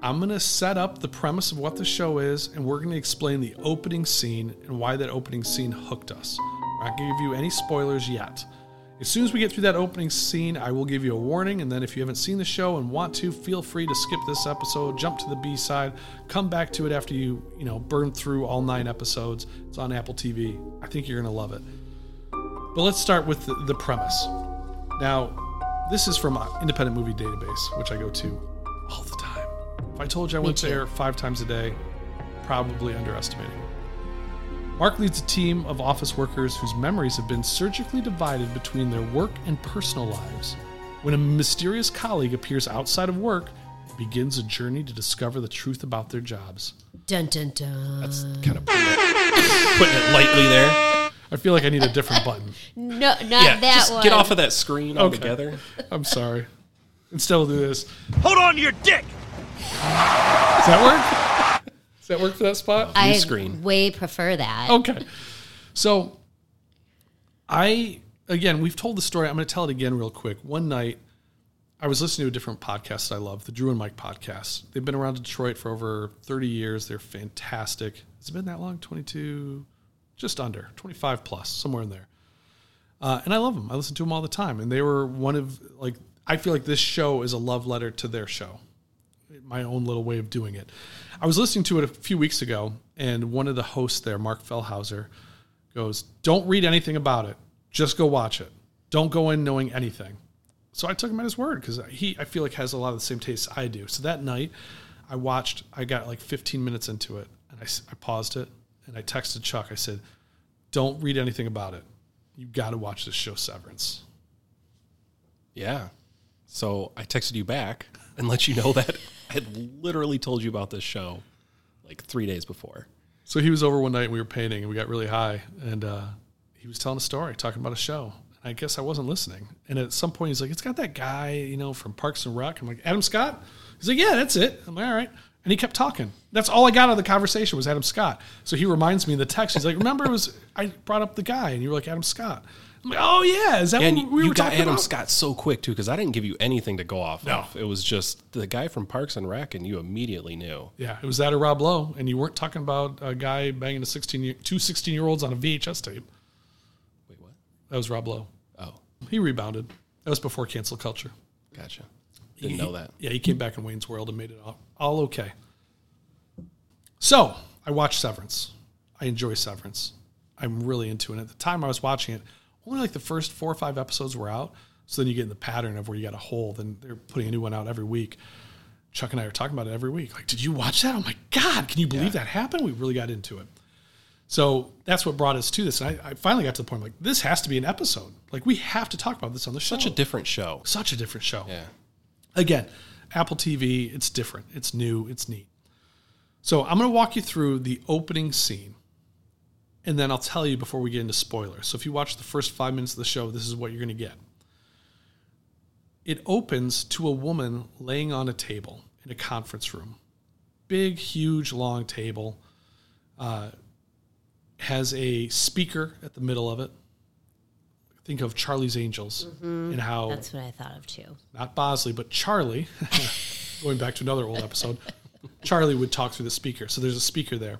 I'm going to set up the premise of what the show is, and we're going to explain the opening scene and why that opening scene hooked us. I'm not going to give you any spoilers yet. As soon as we get through that opening scene, I will give you a warning, and then if you haven't seen the show and want to, feel free to skip this episode, jump to the B side, come back to it after you, you know, burn through all nine episodes. It's on Apple TV. I think you're going to love it. But let's start with the, the premise. Now, this is from Independent Movie Database, which I go to all the time. If I told you I went too. there five times a day, probably underestimating. Mark leads a team of office workers whose memories have been surgically divided between their work and personal lives. When a mysterious colleague appears outside of work, it begins a journey to discover the truth about their jobs. Dun dun dun. That's kind of putting it, putting it lightly there. I feel like I need a different button. no, not Yeah, that just one. get off of that screen altogether. I'm sorry. Instead, we'll do this. Hold on to your dick! Does that work? Does that work for that spot? I screen. Oh. way prefer that. *laughs* okay. So I again, we've told the story. I'm going to tell it again real quick. One night, I was listening to a different podcast that I love, the Drew and Mike podcast. They've been around Detroit for over 30 years. They're fantastic. Has it been that long? 22, just under 25 plus, somewhere in there. Uh, and I love them. I listen to them all the time. And they were one of, like, I feel like this show is a love letter to their show, my own little way of doing it. I was listening to it a few weeks ago, and one of the hosts there, Mark Fellhauser, goes, Don't read anything about it. Just go watch it. Don't go in knowing anything. So I took him at his word because he, I feel like, has a lot of the same tastes I do. So that night, I watched, I got like 15 minutes into it, and I, s- I paused it and I texted Chuck. I said, Don't read anything about it. You got to watch this show, Severance. Yeah. So I texted you back and let you know that I had literally told you about this show like three days before. So he was over one night and we were painting and we got really high and uh, he was telling a story, talking about a show. I guess I wasn't listening. And at some point he's like, It's got that guy, you know, from Parks and Rec. I'm like, Adam Scott? He's like, Yeah, that's it. I'm like, all right. And he kept talking. That's all I got out of the conversation was Adam Scott. So he reminds me in the text. He's like, Remember it was I brought up the guy and you were like Adam Scott. I'm like, Oh yeah, is that And what we you were got talking Adam about? Scott so quick too, because I didn't give you anything to go off of. It was just the guy from Parks and Rec, and you immediately knew. Yeah, it was that or Rob Lowe, and you weren't talking about a guy banging a 16 year, two 16 year olds on a VHS tape. Wait, what? That was Rob Lowe. Oh, He rebounded. That was before cancel culture. gotcha. Didn't know that. Yeah, he came back in Wayne's World and made it all, all okay. So I watched Severance. I enjoy Severance. I'm really into it. At the time I was watching it, only like the first four or five episodes were out. So then you get in the pattern of where you got a hole, then they're putting a new one out every week. Chuck and I are talking about it every week. Like, did you watch that? Oh my God, can you believe that happened? We really got into it. So that's what brought us to this. And I, I finally got to the point, like, this has to be an episode. Like, we have to talk about this on the show. Such a different show. Such a different show Yeah. again, Apple TV, it's different, it's new, it's neat. So I'm going to walk you through the opening scene, and then I'll tell you before we get into spoilers. So if you watch the first five minutes of the show, this is what you're going to get. It opens to a woman laying on a table in a conference room, big, huge, long table. Uh, has a speaker at the middle of it. Think of Charlie's Angels and how That's what I thought of too. not Bosley, but Charlie, *laughs* going back to another old episode, Charlie would talk through the speaker. So there's a speaker there.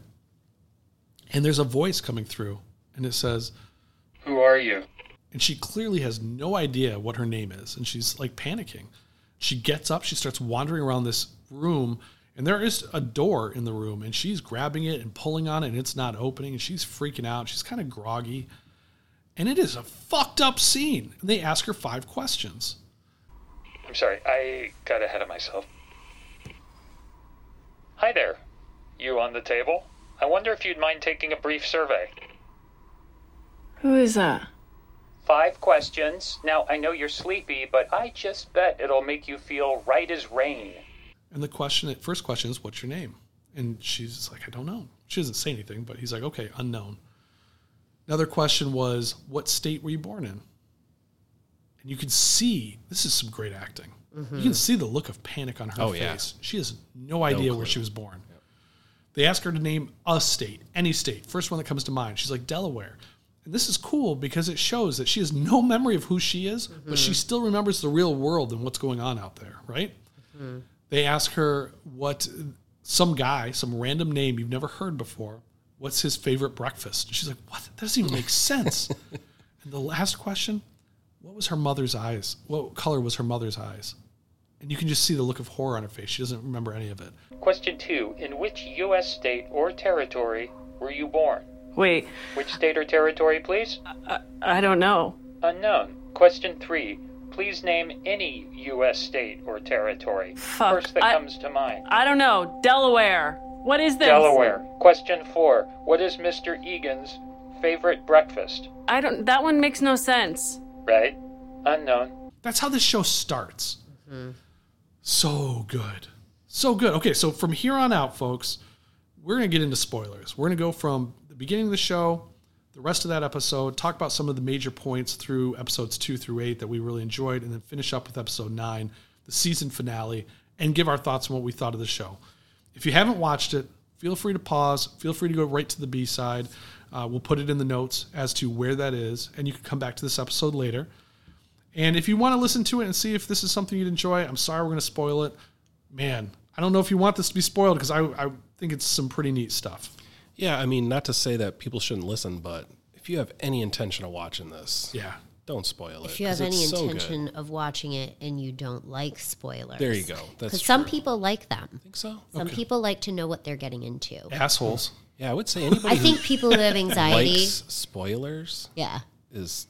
And there's a voice coming through, and it says, Who are you? and she clearly has no idea what her name is and she's like panicking she gets up she starts wandering around this room and there is a door in the room and she's grabbing it and pulling on it and it's not opening and she's freaking out she's kind of groggy and it is a fucked up scene and they ask her five questions I'm sorry, I got ahead of myself. Hi there. You on the table? I wonder if you'd mind taking a brief survey. Who is that? Five questions. Now, I know you're sleepy, but I just bet it'll make you feel right as rain. And the question, first question is, what's your name? And she's like, I don't know. She doesn't say anything, but he's like, okay, unknown. Another question was, what state were you born in? And you can see, this is some great acting. You can see the look of panic on her Oh, yeah. face. She has no idea where clue. she was born. They ask her to name a state, any state, first one that comes to mind. She's like, Delaware. And this is cool because it shows that she has no memory of who she is, but she still remembers the real world and what's going on out there, right? They ask her what some guy, some random name you've never heard before, what's his favorite breakfast? And she's like, what? That doesn't even make sense. and the last question, what was her mother's eyes? What color was her mother's eyes? And you can just see the look of horror on her face. She doesn't remember any of it. Question two In which U.S. state or territory were you born? Wait, Which state or territory, please? I don't know. Unknown. Question three. Please name any U.S. state or territory. Fuck, First that I- comes to mind. I don't know. Delaware. What is this? Delaware. Question four. What is Mr. Egan's favorite breakfast? I don't. That one makes no sense. Right? Unknown. That's how this show starts. So good. So good. Okay, so from here on out, folks, we're going to get into spoilers. We're going to go from the beginning of the show, the rest of that episode, talk about some of the major points through episodes two through eight that we really enjoyed, and then finish up with episode nine, the season finale, and give our thoughts on what we thought of the show. If you haven't watched it, feel free to pause. Feel free to go right to the B side. Uh, we'll put it in the notes as to where that is, and you can come back to this episode later. And if you want to listen to it and see if this is something you'd enjoy, I'm sorry we're going to spoil it. Man, I don't know if you want this to be spoiled because I, I think it's some pretty neat stuff. Yeah. I mean, not to say that people shouldn't listen, but if you have any intention of watching this, Yeah. Don't spoil it. If you have 'cause it's any so good. intention of watching it and you don't like spoilers, There you go. That's because some true. people like them. Think so? Some Okay. people like to know what they're getting into. Assholes. Yeah, I would say anybody. I who think people who have anxiety- *laughs* likes spoilers. Yeah. is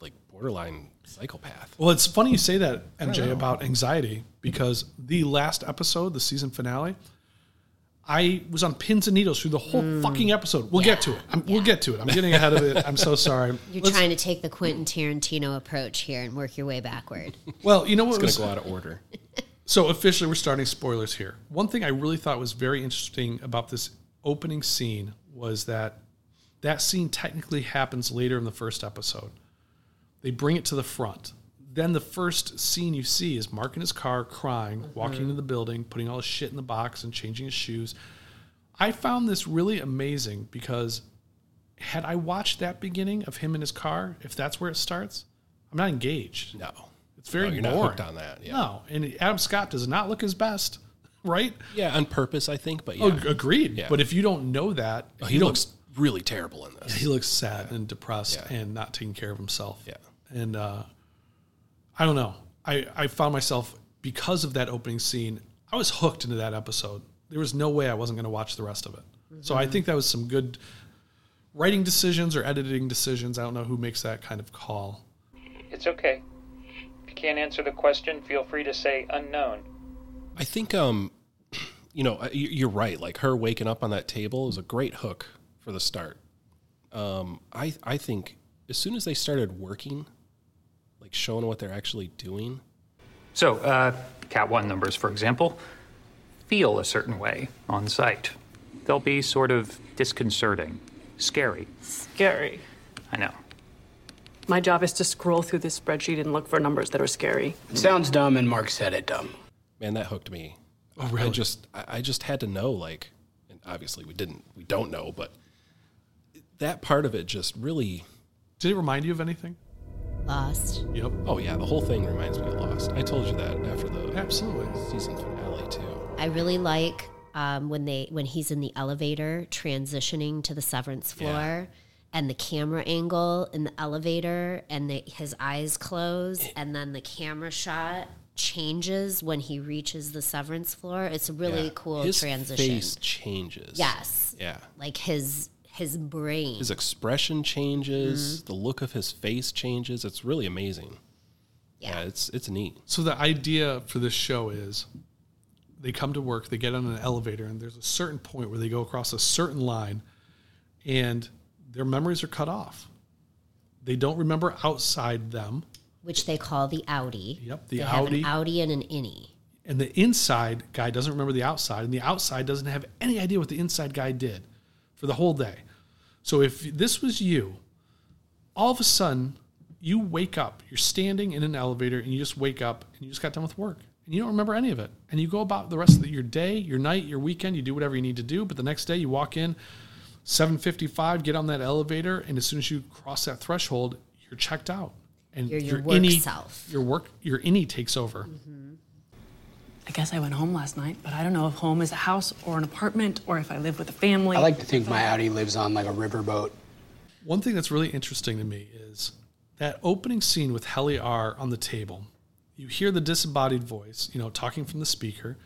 like borderline psychopath. Well, it's funny you say that, MJ, know. about anxiety because the last episode, the season finale, I was on pins and needles through the whole Hmm. fucking episode. We'll get to it. I'm, We'll get to it. I'm getting ahead of it. *laughs* I'm so sorry. You're trying to take the Quentin Tarantino approach here and work your way *laughs* backward. Well, you know It's what? gonna Was, go out of order. *laughs* so officially, we're starting spoilers here. One thing I really thought was very interesting about this opening scene was that that scene technically happens later in the first episode. They bring it to the front. Then the first scene you see is Mark in his car crying, Mm-hmm. walking into the building, putting all his shit in the box, and changing his shoes. I found this really amazing because had I watched that beginning of him in his car, if that's where it starts, I'm not engaged. No, It's very No, you're boring. not hooked on that. Yeah. No, and Adam Scott does not look his best, *laughs* right? yeah, on purpose, I think. But yeah, Oh, agreed. Yeah. But if you don't know that, Oh, if he you don't- looks really terrible in this. *laughs* he looks sad and depressed Oh, Yeah. and not taking care of himself. Yeah. And uh, I don't know. I, I found myself, because of that opening scene, I was hooked into that episode. There was no way I wasn't going to watch the rest of it. So I think that was some good writing decisions or editing decisions. I don't know who makes that kind of call. It's okay. If you can't answer the question, feel free to say unknown. I think, um, *clears throat* you know, I- you- you're right. Like her waking up on that table is a great hook for the start. Um, I I think as soon as they started working, like showing what they're actually doing, So, uh, Cat 1 numbers, for example, feel a certain way on site. They'll be sort of disconcerting, scary. Scary. I know. My job is to scroll through this spreadsheet and look for numbers that are scary. It sounds dumb, and Mark said it dumb. man, that hooked me. Oh, really? I just I, I just had to know. Like, and obviously we didn't, we don't know, but that part of it just really. Did it remind you of anything? Lost. Yep. Oh yeah, the whole thing reminds me of Lost. I told you that after the absolutely season finale too. I really like um, when they when he's in the elevator transitioning to the severance floor. And the camera angle in the elevator, and the, his eyes Eh. close, and then the camera shot changes when he reaches the severance floor. It's a really Yeah. cool His transition. Face changes. Yes. Yeah. Like his his brain. His expression changes. The look of his face changes. It's really amazing. Yeah, it's it's neat. So the idea for this show is they come to work, they get on an elevator, and there's a certain point where they go across a certain line and their memories are cut off. They don't remember outside them, which they call the Audi. Yep, the they Have outie. an Audi and an innie. and the inside guy doesn't remember the outside, and the outside doesn't have any idea what the inside guy did for the whole day. So if this was you, all of a sudden you wake up, you're standing in an elevator, and you just wake up and you just got done with work. And you don't remember any of it. And you go about the rest of your day, your night, your weekend, you do whatever you need to do, but the next day you walk in 755, get on that elevator, and as soon as you cross that threshold, you're checked out. And You're your work self. Mm-hmm. Your work your innie takes over. I guess I went home last night, but I don't know if home is a house or an apartment or if I live with a family. I like to think my Audi lives on like a riverboat. One thing that's really interesting to me is that opening scene with Helly R on the table. You hear the disembodied voice, you know, talking from the speaker,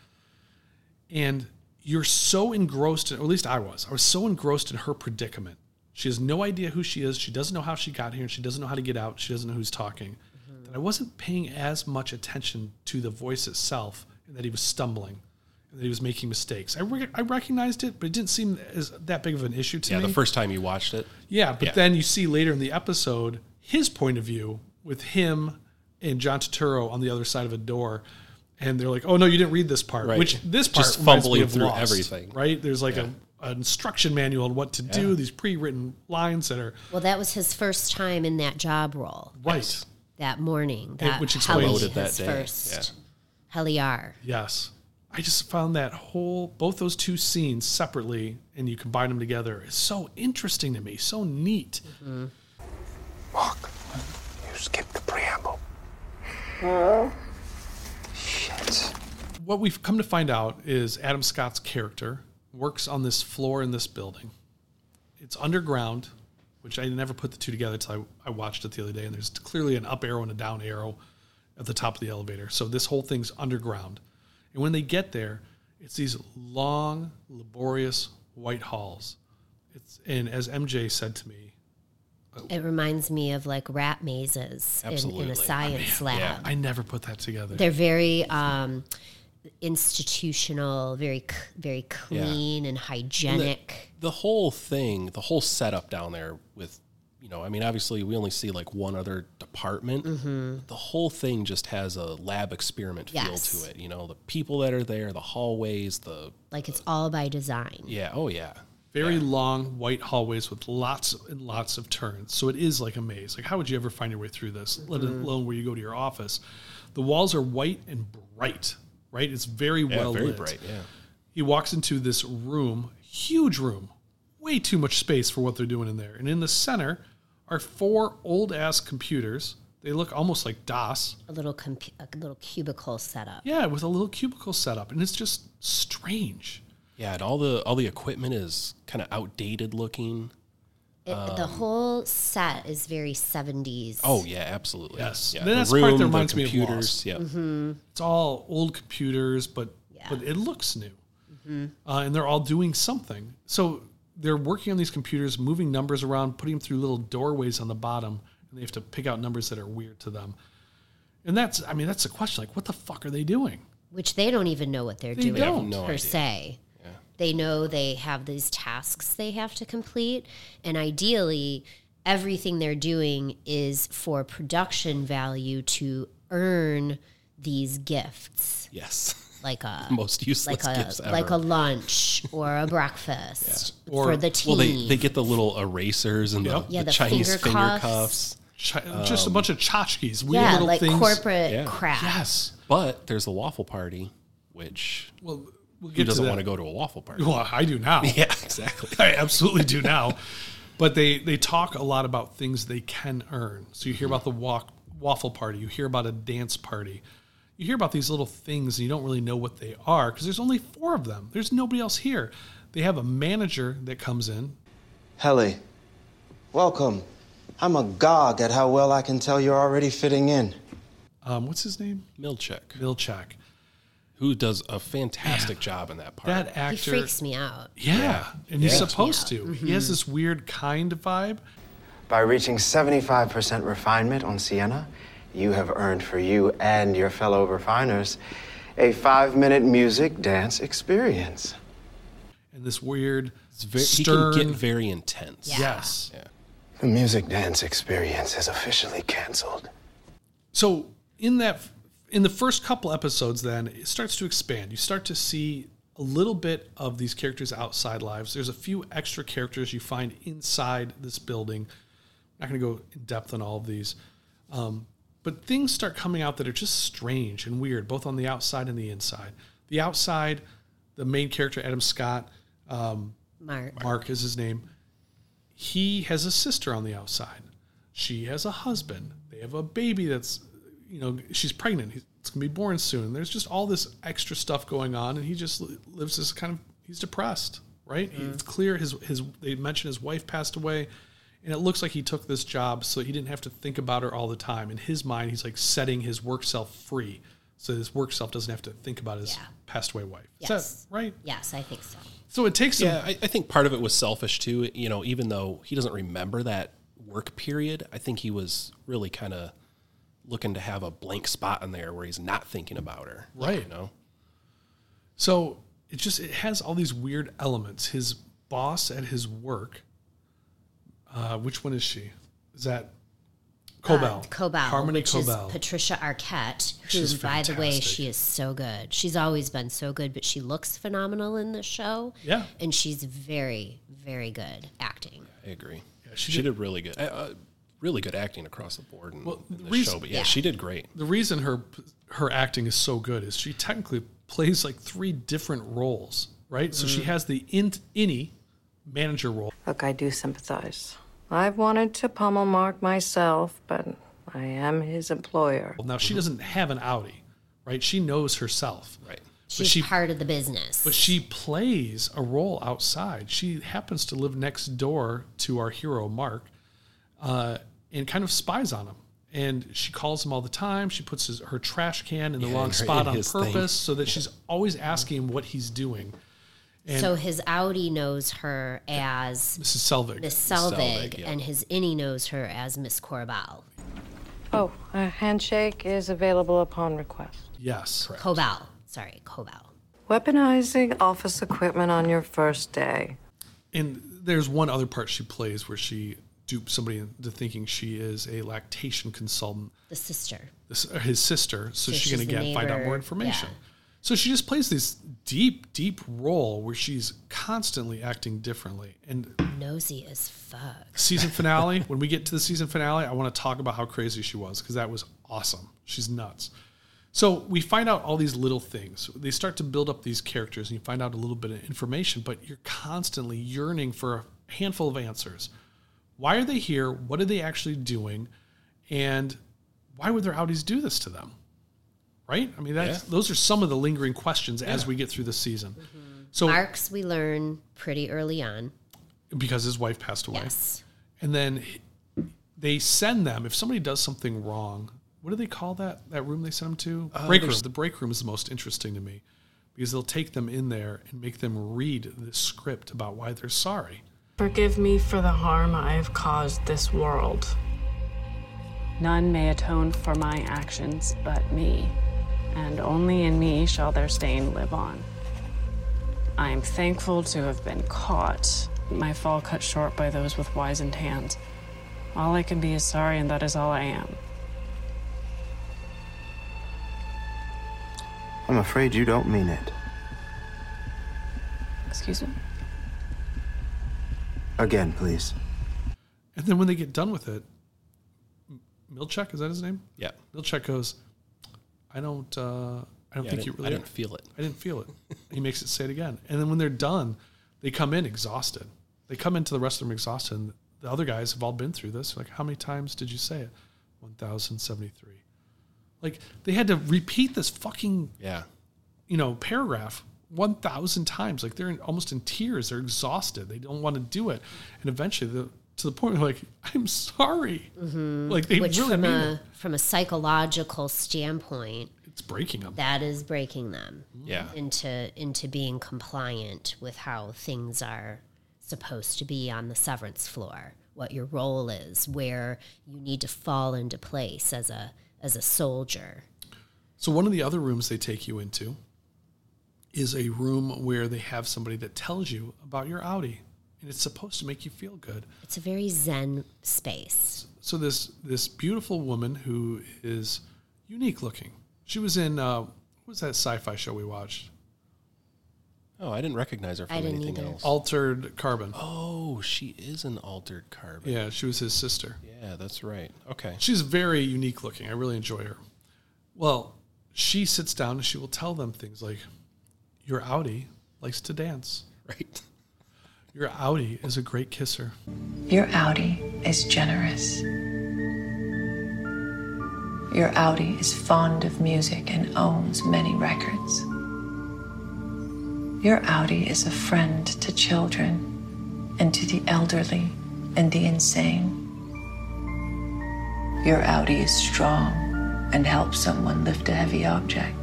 and you're so engrossed, in, or at least I was, I was so engrossed in her predicament. She has no idea who she is. She doesn't know how she got here, and she doesn't know how to get out. She doesn't know who's talking. That I wasn't paying as much attention to the voice itself, and that he was stumbling, and that he was making mistakes. I, re- I recognized it, but it didn't seem as that big of an issue to Yeah, me. the first time you watched it. Yeah, but Yeah. then you see later in the episode his point of view with him and John Turturro on the other side of a door, and they're like, "Oh no, you didn't read this part." Right. Which this part Just reminds me fumbling of through Lost, everything. Right? There's like a an instruction manual on what to do. These pre-written lines that are Well, that was his first time in that job role right. that morning. Yeah, That which Helly, explains- his Loaded that day, first yeah. Heliar. Yes, I just found that whole both those two scenes separately, and you combine them together is so interesting to me, so neat. You skipped the preamble. Shit. what we've come to find out is Adam Scott's character works on this floor in this building. It's underground. which I never put the two together until I, I watched it the other day. And there's clearly an up arrow and a down arrow at the top of the elevator. So this whole thing's underground. And when they get there, it's these long, laborious white halls. It's and as MJ said to me, It reminds me of like rat mazes in, in Absolutely. a science lab. yeah, I never put that together. They're very um, institutional, very c- very clean and hygienic. The, the whole thing, the whole setup down there with, you know, I mean, obviously we only see like one other department. The whole thing just has a lab experiment Yes. feel to it. You know, the people that are there, the hallways, the Like it's all by design. yeah, oh yeah, very long white hallways with lots and lots of turns. So it is like a maze. Like how would you ever find your way through this? Let Mhm. alone where you go to your office. The walls are white and bright. Right, it's very Yeah, well very lit. bright, yeah. He walks into this room, huge room, way too much space for what they're doing in there. And in the center are four old ass computers. They look almost like DOS. A little compu- a little cubicle setup. Yeah, with a little cubicle setup, and it's just strange. yeah. And all the all the equipment is kind of outdated looking. It, the Um, whole set is very 70s. Oh yeah, absolutely. Yes. Yeah, And then that's the room, part that the reminds me of computers. Lost. Yeah. Mhm. It's all old computers, but but it looks new. Mm-hmm. Uh, and they're all doing something. So they're working on these computers, moving numbers around, putting them through little doorways on the bottom, and they have to pick out numbers that are weird to them. And that's, I mean, that's the question. Like, what the fuck are they doing? Which they don't even know what they're They doing don't. No per idea. se. They know they have these tasks they have to complete, and ideally, everything they're doing is for production value to earn these gifts. Yes. *laughs* Like a Most useless like a, gifts Like ever. a lunch or a breakfast Or- for the team. Well, they, they get the little erasers and the, Yeah, the the Chinese finger finger, cuffs. cuffs. Chi- just Um, a bunch of tchotchkes, weird yeah, little like things. corporate crap. Yes. But there's the waffle party, which Well, who we'll get to doesn't that. want to go to a waffle party? *laughs* Well, I do *laughs* now. Yeah, *laughs* exactly. I absolutely do now. But they they talk a lot about things they can earn. So you hear about the walk, waffle party, you hear about a dance party. You hear about these little things and you don't really know what they are because there's only four of them. There's nobody else here. They have a manager that comes in. Helly, welcome. I'm agog at how well I can tell you're already fitting in. Um, what's his name? Milchek. Milchek. Who does a fantastic job in that part. That actor He freaks me out. Mm-hmm. Yeah. And he's Yeah. supposed to. He has Mhm. this weird kind vibe. By reaching 75% refinement on Sienna, you have earned for you and your fellow refiners a five minute music dance experience. And this weird very- he can stern get very intense. Yes. The music dance experience is officially canceled. so in that in the first couple episodes then it starts to expand you start to see a little bit of these characters outside lives there's a few extra characters you find inside this building I'm not going to go in depth on all of these um, but things start coming out that are just strange and weird both on the outside and the inside the outside the main character adam scott um, Mark. mark is his name he has a sister on the outside she has a husband they have a baby that's you know she's pregnant He's- it's going to be born soon there's just all this extra stuff going on and he just li- lives this kind of he's depressed right He- it's clear his his they mentioned his wife passed away and it looks like he took this job so he didn't have to think about her all the time in his mind he's like setting his work self free so his work self doesn't have to think about his passed away wife Is that Yes. right? Yes, I think so. So it takes. Yeah, I, I think part of it was selfish too. You know, even though he doesn't remember that work period, I think he was really kind of looking to have a blank spot in there where he's not thinking about her. Right. You know. So it just it has all these weird elements. His boss at his work. Uh, which one is she? Is that Cobell? Uh, Cobell. Harmony which Cobell. Is Patricia Arquette, who, She's by the way, fantastic. she is so good. She's always been so good, but she looks phenomenal in the show. Yeah. And she's very, very good acting. I agree. she she, did- did, really good. Uh, uh, really good acting across the board in, Well, in the the reason- show. But yeah, Yeah. she did great. the reason her her acting is so good is she technically plays like three different roles, right? So Mm. she Mhm. has the in, innie manager role. Look, I do sympathize. I've wanted to pummel Mark myself, but I am his employer. Mm-hmm. Now she doesn't have an Audi, right? She knows herself. Right. She's she- part of the business. But she plays a role outside. She happens to live next door to our hero, Mark, uh, and kind of spies on him. And she calls him all the time. She puts his, her trash can in the Yeah, wrong in her- spot in on his purpose thing. so that she's always asking him what he's doing. And so his Audi knows her as Mrs. Selvig. Miss Selvig, Selvig, yeah. and his innie knows her as Miss Corbell. Oh, a handshake is available upon request. Yes. Cobell. Sorry, Cobell. Weaponizing office equipment on your first day. And there's one other part she plays where she dupes somebody into thinking she is a lactation consultant. The sister. This, uh, his sister, So so, she she's can the again find out neighbor, more information. So she just plays this deep, deep role where she's constantly acting differently. And Nosy as fuck. *laughs* season finale, when we get to the season finale, I want to talk about how crazy she was because that was awesome. She's nuts. So we find out all these little things. They start to build up these characters and you find out a little bit of information, but you're constantly yearning for a handful of answers. Why are they here? What are they actually doing? And why would their Audis do this to them? Right? I mean, that's, Yeah. those are some of the lingering questions as Yeah. Mm-hmm. we get through the season. So Marks we learn pretty early on. because his wife passed away. Yes. And then they send them if somebody does something wrong. What do they call that that room they send them to? Uh, break room. there's- The break room is the most interesting to me because they'll take them in there and make them read the script about why they're sorry. Forgive me for the harm I have caused this world. None may atone for my actions but me, and only in me shall their stain live on. I am thankful to have been caught, my fall cut short by those with wizened hands. All I can be is sorry, and that is all I am. I'm afraid you don't mean it. Excuse me? Again, please. And then when they get done with it, M- Milchek is that his name? Yeah. Milchek goes, I don't, uh, I don't Yeah, I think didn't- you really. I didn't feel it. I didn't feel it. he makes it say it again, and then when they're done, they come in exhausted. They come into the rest of them exhausted. And the other guys have all been through this. Like, how many times did you say it? One thousand seventy-three. Like they had to repeat this fucking Yeah. you know paragraph 1000 times like they're in, almost in tears they're exhausted they don't want to do it and eventually the, to the point where like i'm sorry like they Mm-hmm. Which really from mean a it. from a psychological standpoint, it's breaking them that is breaking them. Yeah. Into into being compliant with how things are supposed to be on the severance floor, what your role is, where you need to fall into place as a as a soldier. so one of the other rooms they take you into is a room where they have somebody that tells you about your audi and it's supposed to make you feel good It's a very zen space. so this this beautiful woman who is unique looking she was in uh, what was that sci-fi show we watched Oh, I didn't recognize her from I didn't anything either. else. altered carbon Oh, she is an altered carbon. Yeah, she was his sister. Yeah, that's right. Okay. *laughs* She's very unique looking. I really enjoy her. Well, she sits down and she will tell them things like, Your Audi likes to dance. Right. Your Audi is a great kisser. Your Audi is generous. Your Audi is fond of music and owns many records. Your Audi is a friend to children and to the elderly and the insane. Your Audi is strong and helps someone lift a heavy object.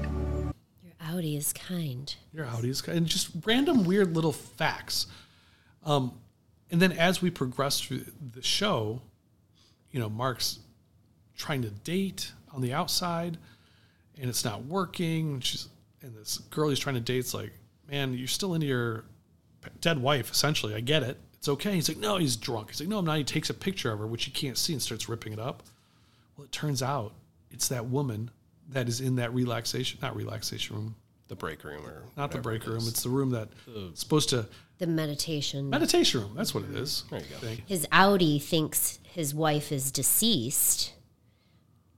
Your Audi is kind. Your Audi is, and just random weird little facts. Um, and then as we progress through the show, you know, Mark's trying to date on the outside and it's not working. And she's, and this girl he's trying to date's like, man, you're still into your dead wife, essentially. I get it. It's okay. He's like, no, he's drunk. He's like, no, I'm not. He takes a picture of her, which you can't see, and starts ripping it up. Well, it turns out it's that woman that is in that relaxation, not relaxation room, The break room or not whatever the it break room. is. It's the room that The- supposed to The meditation meditation room. That's what it is. There you go. his Audi thinks his wife is deceased,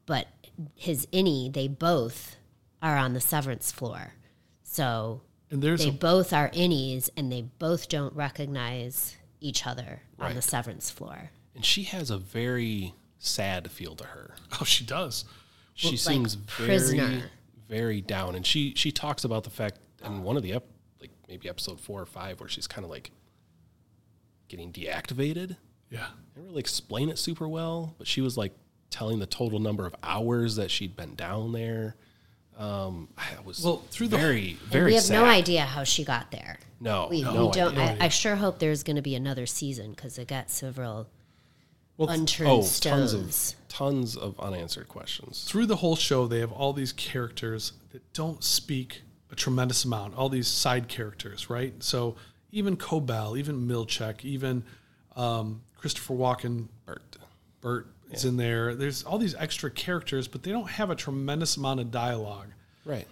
but his innie, they both are on the severance floor. So And there's they a- both are innies and they both don't recognize each other on the Right. severance floor. And she has a very sad feel to her. *laughs* Oh, she does. She Well, like seems very prisoner. very down and she she talks about the fact in one of the ep- like maybe episode four or five where she's kind of like getting deactivated. Yeah, I didn't really explain it super well, but she was like telling the total number of hours that she'd been down there. Um, I was well through the very very. we have no sad. idea how she got there. No, we, no we don't. idea. I, I sure hope there's going to be another season because it got several Well, th- unturned oh, stones. Tons of, tons of unanswered questions. through the whole show, they have all these characters that don't speak a tremendous amount, all these side characters, right? So even Cobell, even Milchek, even um, Christopher Walken, Bert, Bert is in there. There's all these extra characters, but they don't have a tremendous amount of dialogue. Right.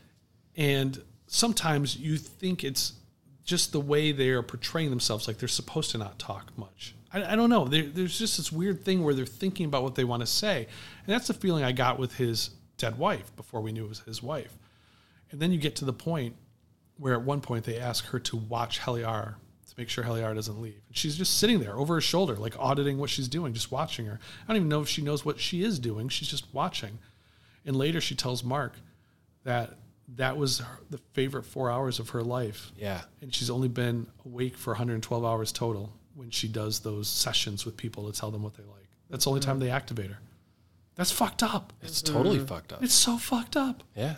And sometimes you think it's just the way they are portraying themselves, like they're supposed to not talk much. I, I don't know. There, there's just this weird thing where they're thinking about what they want to say. And that's the feeling I got with his dead wife before we knew it was his wife. And then you get to the point where at one point they ask her to watch Heliar to make sure Heliar doesn't leave. And she's just sitting there over his shoulder, like auditing what she's doing, just watching her. I don't even know if she knows what she is doing. She's just watching. And later she tells Mark that that was her, the favorite four hours of her life. Yeah. And she's only been awake for 112 hours total when she does those sessions with people to tell them what they like. That's the only time they activate her. That's fucked up. It's totally Mm-hmm. fucked up. It's so fucked up. Yeah,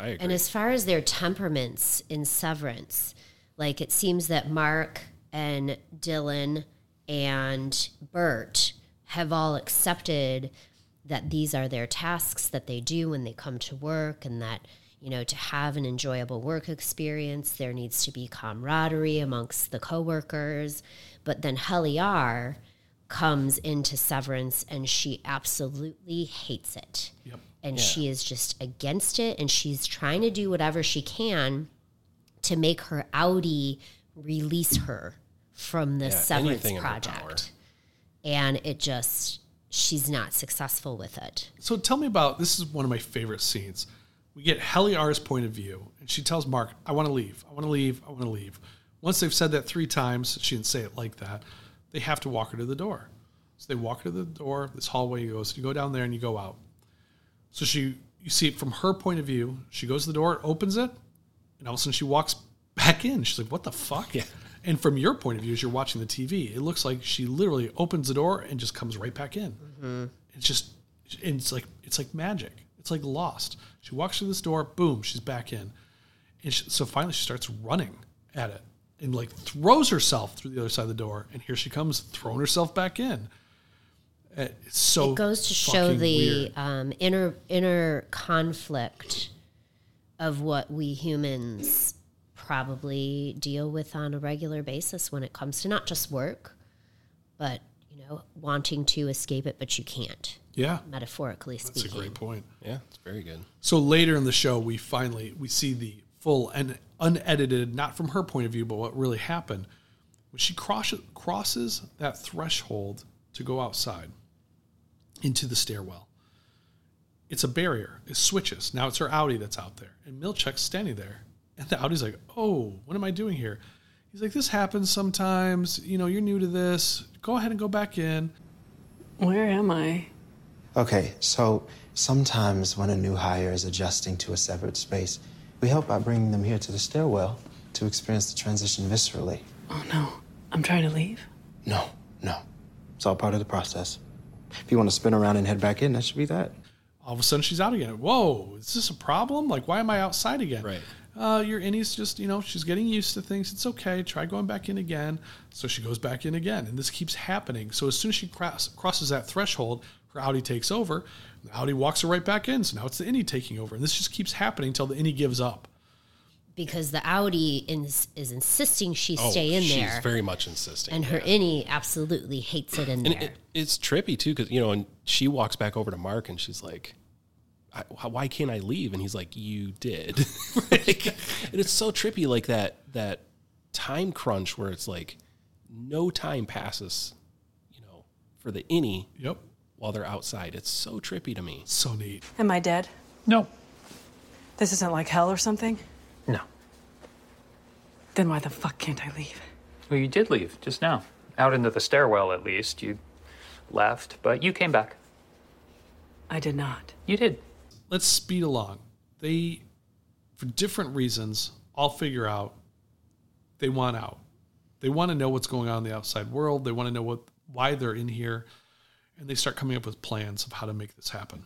I agree. And as far as their temperaments in Severance, like it seems that Mark and Dylan and Bert have all accepted that these are their tasks that they do when they come to work and that you know to have an enjoyable work experience there needs to be camaraderie amongst the coworkers but then Heliar comes into Severance and she absolutely hates it and she is just against it and she's trying to do whatever she can to make her Audi release her from the Yeah, severance anything in her power. project. And it just she's not successful with it. So tell me about this is one of my favorite scenes. We get Heliar's point of view, and she tells Mark, I want to leave. I want to leave. I want to leave. Once they've said that three times, she didn't say it like that, they have to walk her to the door. So they walk her to the door, this hallway goes, you go down there and you go out. So she you see it from her point of view. She goes to the door, opens it, and all of a sudden she walks back in. She's like, What the fuck? And from your point of view, as you're watching the TV, it looks like she literally opens the door and just comes right back in it's just and it's like it's like magic it's like lost she walks through this door boom she's back in and she, so finally she starts running at it and like throws herself through the other side of the door and here she comes throwing herself back in Uh, it's so it goes to show fucking the weird. um, inner inner conflict of what we humans probably deal with on a regular basis when it comes to not just work, but you know, wanting to escape it but you can't. yeah Metaphorically that's a speaking. great point yeah, it's very good. So later in the show, we finally we see the full and unedited, not from her point of view, but what really happened when she crosses crosses that threshold to go outside into the stairwell. It's a barrier. It switches. Now it's her Audi that's out there, and Milchek's standing there, and the Audi's like, "Oh, what am I doing here?" He's like, "This happens sometimes. You know, you're new to this. Go ahead and go back in." Where am I? Okay, so sometimes when a new hire is adjusting to a separate space, we help by bringing them here to the stairwell to experience the transition viscerally. Oh no, I'm trying to leave. No, no. It's all part of the process. If you want to spin around and head back in, that should be that. all of a sudden she's out again. Whoa, is this a problem? Like, why am I outside again? Right. Uh, your innie's just, you know, she's getting used to things. It's okay. Try going back in again. So she goes back in again, and this keeps happening. So as soon as she cross, crosses that threshold, her Audi takes over. The Audi walks her right back in. So now it's the innie taking over, and this just keeps happening until the innie gives up. because the Audi ins- is insisting she stay in Oh, she's there, very much insisting. and her yeah. innie absolutely hates it in and there. it, it's trippy too because you know, and she walks back over to Mark and she's like, I, wh- "Why can't I leave?" And he's like, "You did." *laughs* Like, and it's so trippy, like that that time crunch where it's like no time passes, you know, for the innie. Yep. While they're outside, it's so trippy to me. So neat. Am I dead? No. This isn't like hell or something? No. Then why the fuck can't I leave? Well, you did leave just now. Out into the stairwell, at least. You left, but you came back. I did not. You did. Let's speed along. They, for different reasons, I'll figure out. They want out. They want to know what's going on in the outside world. They want to know what why they're in here, and they start coming up with plans of how to make this happen.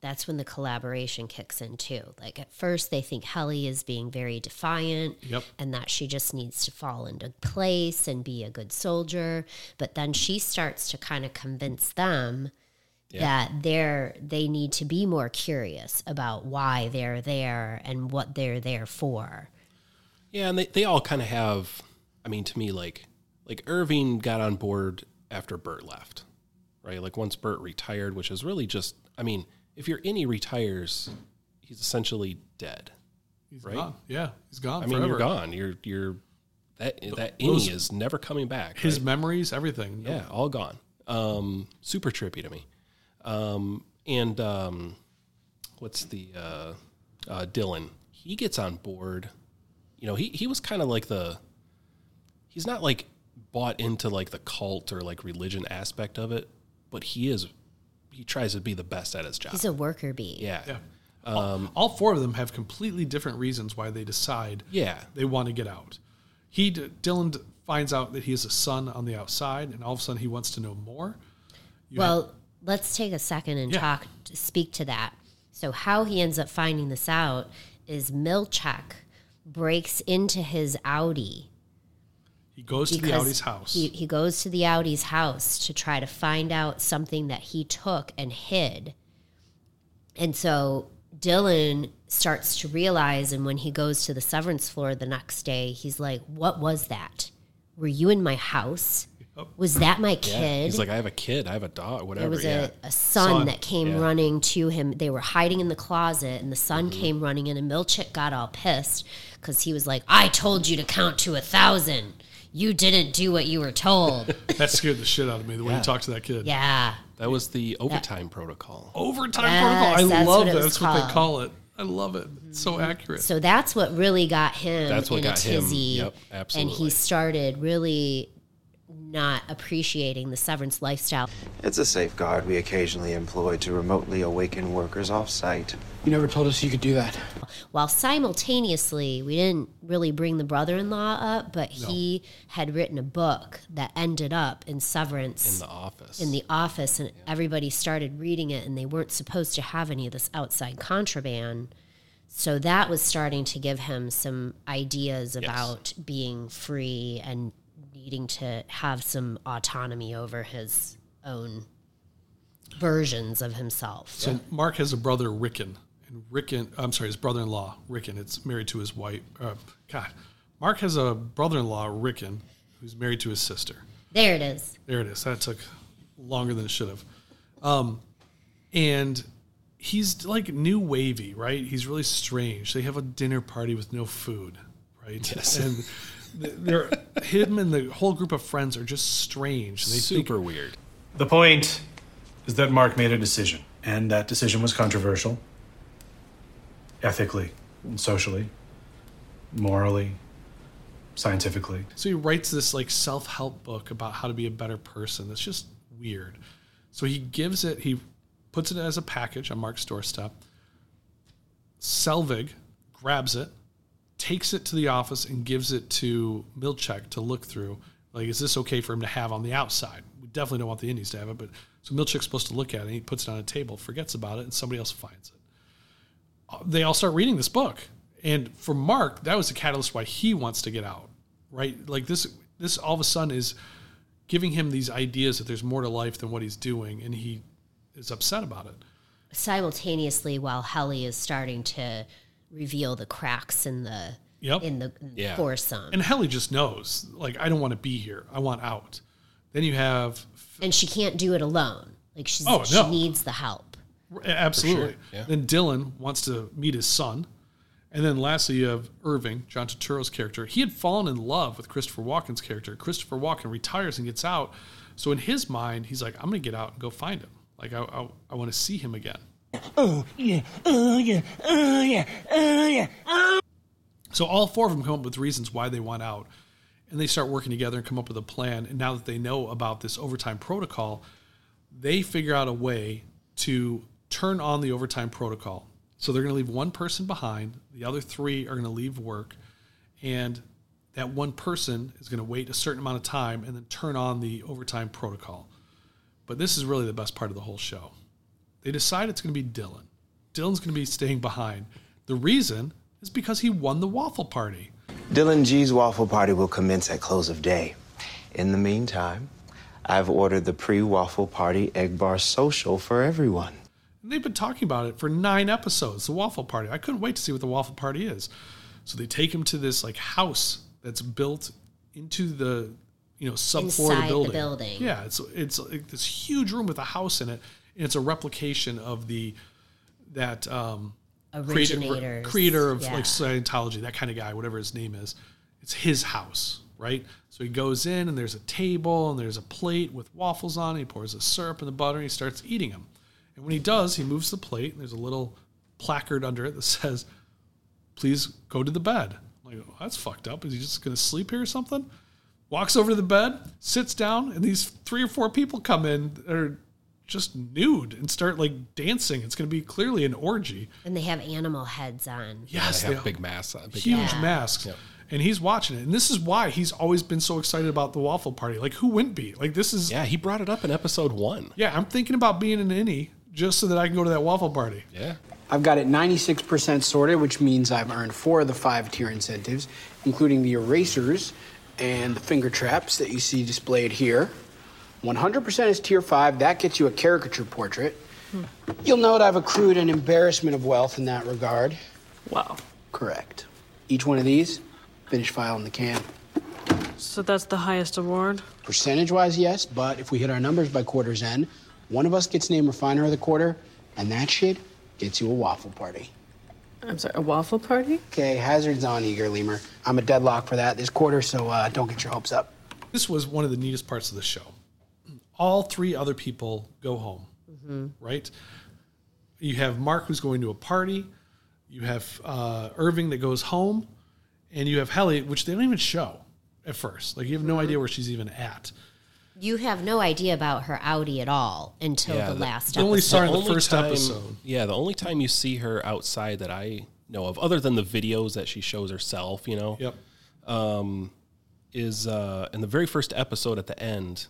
That's when the collaboration kicks in too. Like at first, they think Helly is being very defiant, Yep. and that she just needs to fall into place and be a good soldier. But then she starts to kind of convince them Yeah. that they're they need to be more curious about why they're there and what they're there for. Yeah, and they, they all kind of have. I mean, to me, like like Irving got on board after Bert left, right? Like once Bert retired, which is really just. I mean, if your innie retires, he's essentially dead. He's right? gone. Yeah, he's gone. I mean, forever. you're gone. You're you're that that those- innie is never coming back. His memories, everything. Yeah, all gone. Um, super trippy to me. Um, and um, what's the uh, uh, Dylan? He gets on board. You know, he he was kind of like the. He's not like bought into like the cult or like religion aspect of it, but he is. He tries to be the best at his job. He's a worker bee. yeah. Yeah. Um, All four of them have completely different reasons why they decide Yeah. they want to get out. He d- Dylan d- finds out that he has a son on the outside, and all of a sudden he wants to know more. You well, let's take a second and talk speak to that. So how he ends up finding this out is Milchek breaks into his Audi He goes to the because Audi's house. He, he goes to the Audi's house to try to find out something that he took and hid. And so Dylan starts to realize, and when he goes to the severance floor the next day, he's like, What was that? Were you in my house? Was that my Yeah. kid? He's like, I have a kid. I have a dog. Whatever. There was yeah. a, a son, that came Yeah. running to him. They were hiding in the closet, and the son came running in, and Milchick got all pissed because he was like, I told you to count to a thousand. You didn't do what you were told. that scared the shit out of me the way Yeah. he talked to that kid. yeah. That was the overtime protocol. Overtime Yes, protocol. I that's love what it that. was That's what called. Mm-hmm. they call it. I love it. It's so accurate. So that's what really got him That's what in got a him. tizzy. And Yep, he absolutely. started really not appreciating the severance lifestyle. It's a safeguard we occasionally employ to remotely awaken workers off site. You never told us you could do that. while simultaneously we didn't really bring the brother-in-law up but he had written a book that ended up in severance In the office. in the office and everybody started reading it and they weren't supposed to have any of this outside contraband so that was starting to give him some ideas about being free and needing to have some autonomy over his own versions of himself So Mark has a brother, Rickon, and Rickon. I'm sorry, his brother-in-law, Rickon. It's married to his wife. Uh, God, Mark has a brother-in-law, Rickon, who's married to his sister. there it is There it is. That took longer than it should have. Um, and he's like new wavy, right? He's really strange. They have a dinner party with no food, right? Yes. And th- they're him and the whole group of friends are just strange. They think- Super weird. The point is that Mark made a decision, and that decision was controversial. Ethically, and socially, morally, scientifically. So he writes this like self help book about how to be a better person. That's just weird. So he gives it, he puts it as a package on Mark's doorstep. Selvig grabs it, takes it to the office, and gives it to Milchek to look through. Like, is this okay for him to have on the outside? We definitely don't want the Indies to have it, but so Milchek's supposed to look at it. He puts it on a table, forgets about it, and somebody else finds it. Uh, They all start reading this book, and for Mark, that was the catalyst why he wants to get out right? Like this, this all of a sudden is giving him these ideas that there's more to life than what he's doing, and he is upset about it. simultaneously while Helly is starting to reveal the cracks in the Yep. in the Yeah. foursome. And Helly just knows, like, I don't want to be here. I want out. Then you have And she can't do it alone. Like she's Oh, she no. needs the help. absolutely. For sure, yeah. Then Dylan wants to meet his son, and then lastly you have Irving, John Turturro's character. He had fallen in love with Christopher Walken's character. Christopher Walken retires and gets out, so in his mind he's like, I'm going to get out and go find him. Like I, I, I want to see him again. Oh yeah, oh yeah, oh yeah, oh yeah. Oh. So all four of them come up with reasons why they want out, and they start working together and come up with a plan. And now that they know about this overtime protocol, they figure out a way to turn on the overtime protocol. So they're going to leave one person behind. The other three are going to leave work, and that one person is going to wait a certain amount of time and then turn on the overtime protocol. But this is really the best part of the whole show. They decide it's going to be Dylan. Dylan's going to be staying behind. The reason is because he won the waffle party. Dylan G's waffle party will commence at close of day. In the meantime, I've ordered the pre waffle party egg bar social for everyone. And they've been talking about it for nine episodes, the waffle party. I couldn't wait to see what the waffle party is. So they take him to this like house that's built into the you know subfloor of Inside the the building. building. Yeah, it's it's like this huge room with a house in it, and it's a replication of the that um creator- Originators, creator of yeah. like Scientology, that kind of guy, whatever his name is. It's his house, right? So he goes in and there's a table and there's a plate with waffles on. it. He pours the syrup and the butter and he starts eating them. And when he does, he moves the plate and there's a little placard under it that *laughs* says, "Please go to the bed." I'm like, oh, that's fucked up. Is he just going to sleep here or something? Walks over to the bed, sits down, and these three or four people come in that are just nude and start like dancing. It's going to be clearly an orgy. And they have animal heads on. Yes, they have are. big masks on, big huge masks. masks. And he's watching it. And this is why he's always been so excited about the waffle party. Like, who wouldn't be? Like, this is. Yeah, he brought it up in episode one. Yeah, I'm thinking about being an innie just so that I can go to that waffle party. Yeah. I've got it 96% sorted, which means I've earned four of the five tier incentives, including the erasers and the finger traps that you see displayed here. 100% is tier five. That gets you a caricature portrait. You'll note I've accrued an embarrassment of wealth in that regard. Wow. Correct. Each one of these, finish file in the can. So that's the highest award? Percentage wise, yes, but if we hit our numbers by quarter's end, one of us gets named refiner of the quarter, and that shit gets you a waffle party. I'm sorry, a waffle party? Okay, hazard's on, Eager Lemur. I'm a deadlock for that this quarter, so uh, don't get your hopes up. This was one of the neatest parts of the show. All three other people go home, right? You have Mark who's going to a party, you have uh, Irving that goes home, and you have Helly, which they don't even show at first. Like, you have no idea where she's even at. You have no idea about her Audi at all until the last episode. only time- Yeah, the only time you see her outside that I know of, other than the videos that she shows herself, you know, yep, um, is uh, in the very first episode at the end.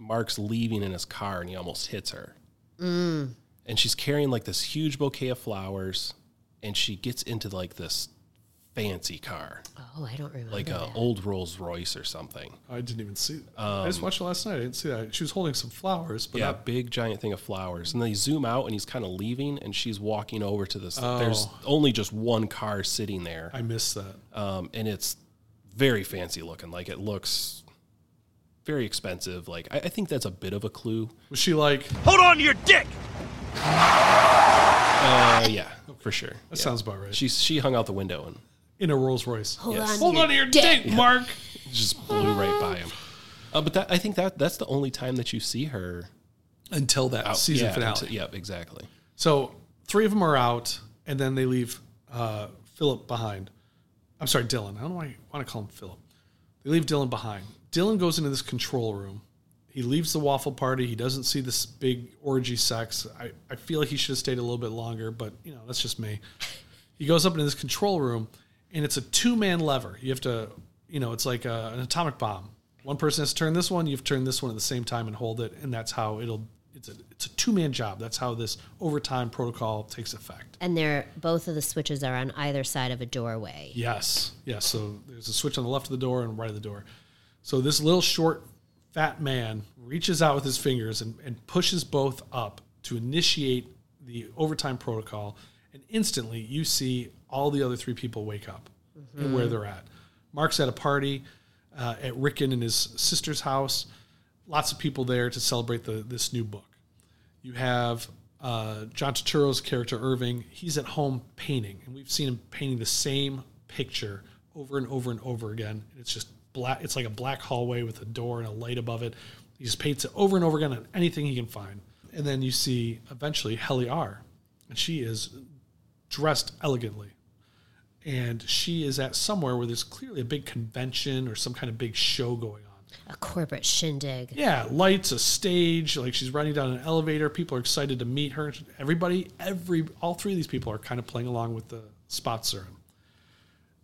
Mark's leaving in his car and he almost hits her, Mm. and she's carrying like this huge bouquet of flowers, and she gets into like this fancy car, Oh, I don't remember. like a that. old Rolls Royce or something. I didn't even see that. I just watched it last night. I didn't see that. She was holding some flowers, but Um, yeah, not- big giant thing of flowers, and then you zoom out, and he's kind of leaving, and she's walking over to this. Oh. There's only just one car sitting there, I missed that. um, and it's very fancy looking. Like it looks very expensive. Like I, I think that's a bit of a clue. Was she like? Hold on to your dick! Uh, yeah, for sure. That Yeah. sounds about right. She she hung out the window and In a Rolls Royce. Hold Yes. on. Hold to on to your dick, Mark. just blew right by him. Uh, but that I think that that's the only time that you see her Until that out- season yeah, finale. until- Yep, exactly. So three of them are out, and then they leave uh, Philip behind. I'm sorry, Dylan. I don't know why you want to call him Philip. They leave Dylan behind. Dylan goes into this control room. He leaves the waffle party. He doesn't see this big orgy sex. I, I feel like he should have stayed a little bit longer, but you know, that's just me. He goes up into this control room and it's a two man lever. You have to, you know, it's like a, an atomic bomb. One person has to turn this one, you've turned this one at the same time and hold it, and that's how it'll it's a it's a two man job. That's how this overtime protocol takes effect. And they're both of the switches are on either side of a doorway. Yes. Yes. So there's a switch on the left of the door and right of the door. So this little short, fat man reaches out with his fingers and, and pushes both up to initiate the overtime protocol. And instantly you see all the other three people wake up and where they're at. Mark's at a party uh, at Rickon and his sister's house. Lots of people there to celebrate the, this new book. You have uh, John Turturro's character Irving. He's at home painting, and we've seen him painting the same picture over and over and over again. It's just black. It's like a black hallway with a door and a light above it. He just paints it over and over again on anything he can find. And then you see eventually Helly R, and she is dressed elegantly. And she is at somewhere where there's clearly a big convention or some kind of big show going on. A corporate shindig. Yeah, lights, a stage. Like she's running down an elevator. People are excited to meet her. Everybody, every, all three of these people are kind of playing along with the spot serum.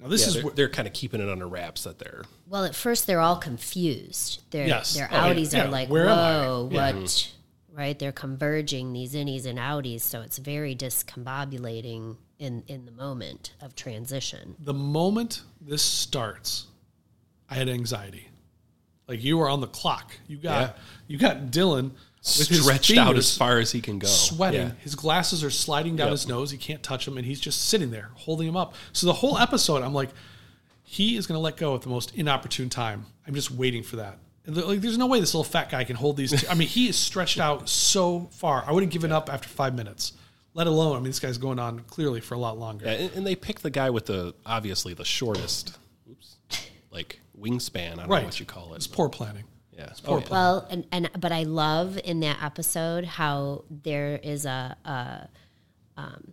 Now, this Yeah, is they're, wh- they're kind of keeping it under wraps that they're Well, at first they're all confused. Their Yes. their Oh, yeah. outies Yeah. are like, Where am I? whoa, Yeah. what? Mhm. Right? They're converging these innies and outies, so it's very discombobulating in in the moment of transition. the moment this starts, I had anxiety. Like you are on the clock. You got Yeah. you got Dylan with his stretched out fingers as far as he can go. sweating. Oh, Yeah. His glasses are sliding down Yep. his nose. He can't touch them, and he's just sitting there holding him up. So the whole episode, I'm like, he is going to let go at the most inopportune time. I'm just waiting for that. And they're like, there's no way this little fat guy can hold these. Two. I mean, he is stretched out so far. I would have given up after five minutes, let alone. I mean, this guy's going on clearly for a lot longer. Yeah, and, and they picked the guy with the obviously the shortest, oops, like wingspan. I don't Right. know what you call it. It's poor planning. Yeah, It's Oh, poor yeah. planning. Well, and, and but I love in that episode how there is a, a um,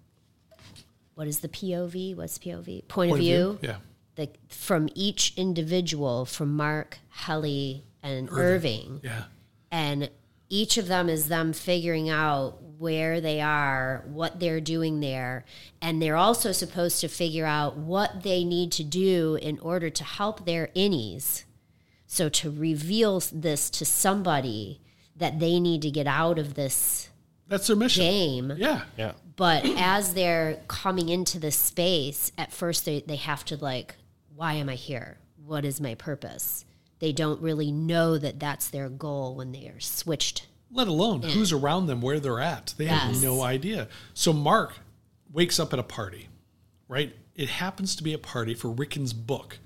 what is the POV? What's POV? Point, of view. Yeah. The, from each individual, from Mark, Helly, and Irving. Yeah. and each of them is them figuring out where they are, what they're doing there, and they're also supposed to figure out what they need to do in order to help their innies. So to reveal s- this to somebody that they need to get out of this that's their mission game. Yeah. Yeah. But as they're coming into this space, at first they, they have to like, why am I here? What is my purpose? They don't really know that that's their goal when they are switched. let alone who's around them, where they're at. They have Yes. no idea. So Mark wakes up at a party, right? It happens to be a party for Rickon's book.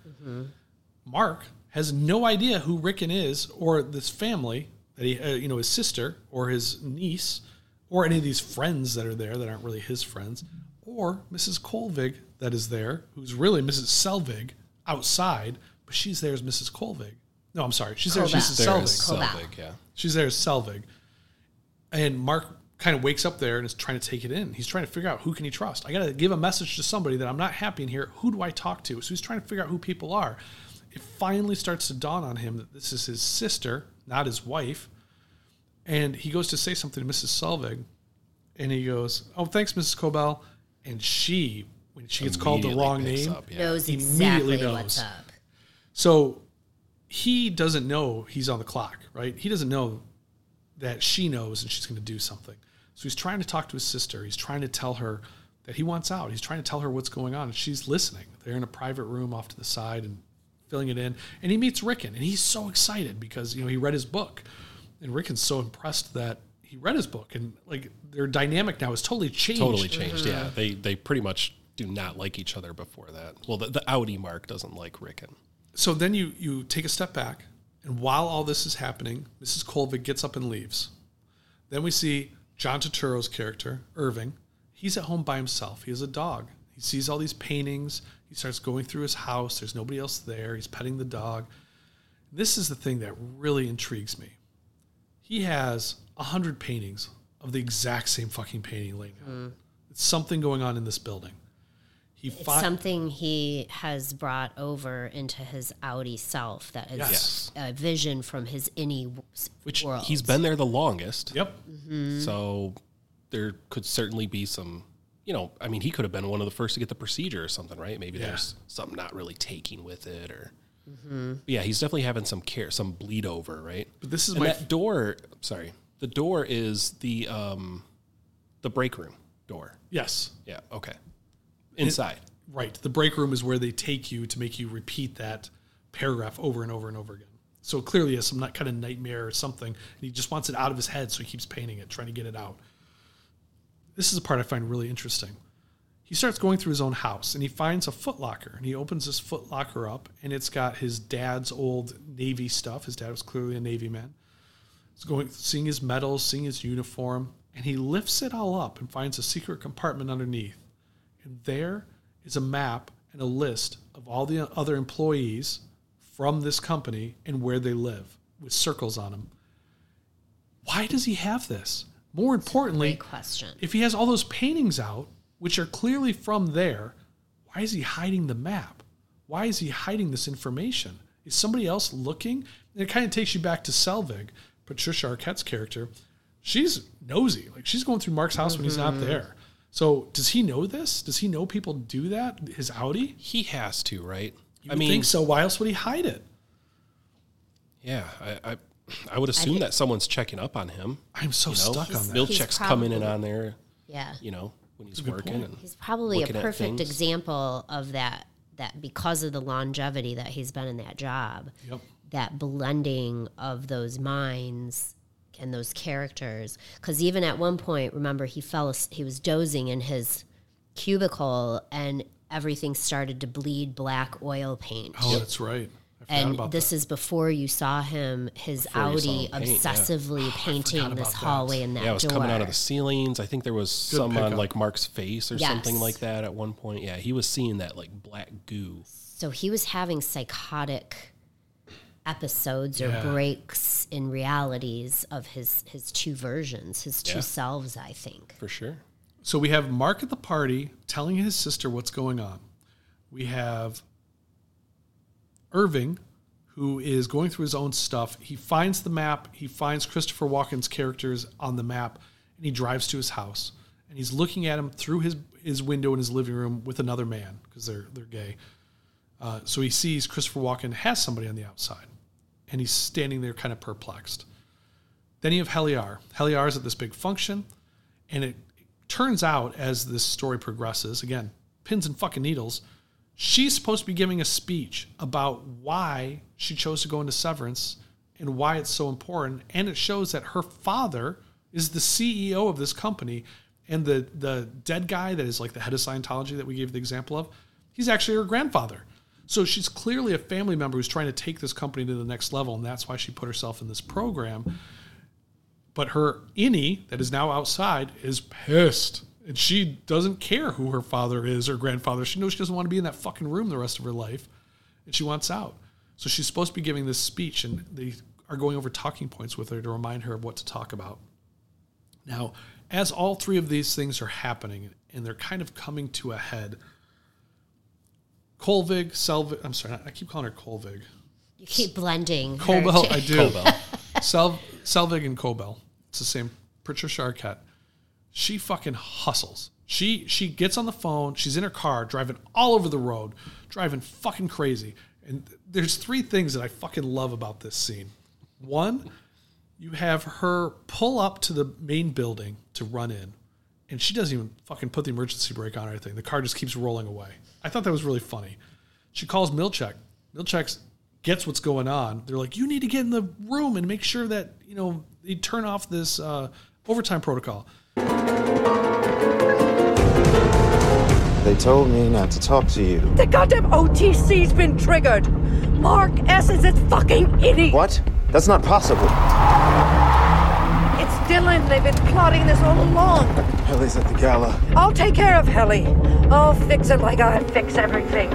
Mark has no idea who Rickon is or this family that he, uh, you know, his sister or his niece or any of these friends that are there that aren't really his friends or Mrs. Kolvig that is there, who's really Mrs. Selvig outside, but she's there as Mmrs. Kolvig. No, I'm sorry. She's there. Kolbach. She's There as Selvig. Selvig, yeah. She's there as Selvig. And Mark kind of wakes up there and is trying to take it in. He's trying to figure out who can he trust. I got to give a message to somebody that I'm not happy in here. Who do I talk to? So he's trying to figure out who people are. It finally starts to dawn on him that this is his sister, not his wife. And he goes to say something to Mrs. Selvig, and he goes, "Oh, thanks, Mrs. Cobell." And she, when she gets called the Immediately wrong picks name, up, yeah. Knows immediately exactly knows. what's up. So he doesn't know he's on the clock, right? He doesn't know that she knows and she's going to do something. So he's trying to talk to his sister. He's trying to tell her that he wants out. He's trying to tell her what's going on, and she's listening. They're in a private room off to the side and filling it in. And he meets Rickon, and he's so excited because you know he read his book, and Rickon's so impressed that he read his book, and like their dynamic now is totally changed. Totally changed. Yeah, they they pretty much do not like each other before that. Well, the, the Audi Mark doesn't like Rickon. so then you you take a step back, and while all this is happening, Mrs. Colvig gets up and leaves. Then we see John Turturro's character, Irving. He's at home by himself. He has a dog. He sees all these paintings. He starts going through his house. There's nobody else there. He's petting the dog. This is the thing that really intrigues me. He has a hundred paintings of the exact same fucking painting laying out. It's something going on in this building. He Hmm. It's fi- something he has brought over into his outie self that is Yes. a vision from his innie Which world. he's been there the longest. Yep. Mm-hmm. So there could certainly be some, you know, I mean, he could have been one of the first to get the procedure or something, right? Maybe Yeah. Mm-hmm. there's something not really taking with it or. Yeah, he's definitely having some care, some bleed over, right? But this is and my that door. Sorry, the door is the um, the break room door. yes. Yeah. Okay. Inside. Right. The break room is where they take you to make you repeat that paragraph over and over and over again. So clearly he has some kind of nightmare or something, and he just wants it out of his head, so he keeps painting it, trying to get it out. This is a part I find really interesting. He starts going through his own house and he finds a footlocker and he opens this footlocker up and it's got his dad's old Navy stuff. His dad was clearly a Navy man. He's going seeing his medals, seeing his uniform, and he lifts it all up and finds a secret compartment underneath. And there is a map and a list of all the other employees from this company and where they live with circles on them. Why does he have this? More importantly, question. if he has all those paintings out, which are clearly from there, why is he hiding the map? Why is he hiding this information? Is somebody else looking? And it kind of takes you back to Selvig, Patricia Arquette's character. She's nosy. Like she's going through Mark's house when he's not Mhm. there. So does he know this? Does he know people do that? His Audi? He has to, right? You I mean, think so. Why else would he hide it? Yeah, I, I, I would assume think- that someone's checking up on him. I'm so you know? stuck on that. Bill He's checks coming in probably- on there. Yeah. you know when he's That's a good working. point. And He's probably a looking at perfect things. example of that that because of the longevity that he's been in that job. Yep. That blending of those minds and those characters cuz even at one point remember he fell as- he was dozing in his cubicle and everything started to bleed black oil paint. Oh, that's right. I forgot And about this that. is before you saw him, his Before you saw Audi him paint, yeah. Oh, obsessively painting about this that. hallway and that yeah, it was door. coming out of the ceilings. I think there was some on pickup. like Mark's face or Yes. something like that at one point. Yeah, he was seeing that like black goo. So he was having psychotic episodes or Yeah. breaks in realities of his his two versions, his two Yeah. selves, I think. For sure. So we have Mark at the party telling his sister what's going on. We have Irving, who is going through his own stuff. He finds the map, he finds Christopher Walken's characters on the map, and he drives to his house. And he's looking at him through his, his window in his living room with another man because they're, they're gay. Uh, so he sees Christopher Walken has somebody on the outside, and he's standing there kind of perplexed. Then you have Heliar. Heliar is at this big function, and it turns out as this story progresses, again, pins and fucking needles, she's supposed to be giving a speech about why she chose to go into severance and why it's so important. And it shows that her father is the CEO of this company. And the, the dead guy that is like the head of Scientology that we gave the example of, he's actually her grandfather. So she's clearly a family member who's trying to take this company to the next level. And that's why she put herself in this program but her innie that is now outside is pissed and she doesn't care who her father is or grandfather she knows she doesn't want to be in that fucking room the rest of her life and she wants out so she's supposed to be giving this speech and they are going over talking points with her to remind her of what to talk about now as all three of these things are happening and they're kind of coming to a head Kolvig, Selvig, I'm sorry, I keep calling her Kolvig. You keep blending. her Cobell, to- I do. Cobell. Sel, Selvig and Cobell. It's the same. Patricia Arquette. She fucking hustles. She she gets on the phone. She's in her car driving all over the road, driving fucking crazy. And there's three things that I fucking love about this scene. One, you have her pull up to the main building to run in, and she doesn't even fucking put the emergency brake on or anything. The car just keeps rolling away. I thought that was really funny. She calls Milchek. Milchek gets what's going on. They're like, you need to get in the room and make sure that, you know, they turn off this uh, overtime protocol. They told me not to talk to you. The goddamn OTC's been triggered. Mark S is a fucking idiot. What? That's not possible. It's Dylan. They've been plotting this all along. Helly's at the gala. I'll take care of Helly. I'll fix it like I fix everything.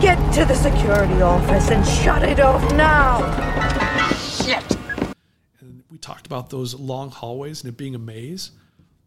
Get to the security office and shut it off now. Shit. And we talked about those long hallways and it being a maze.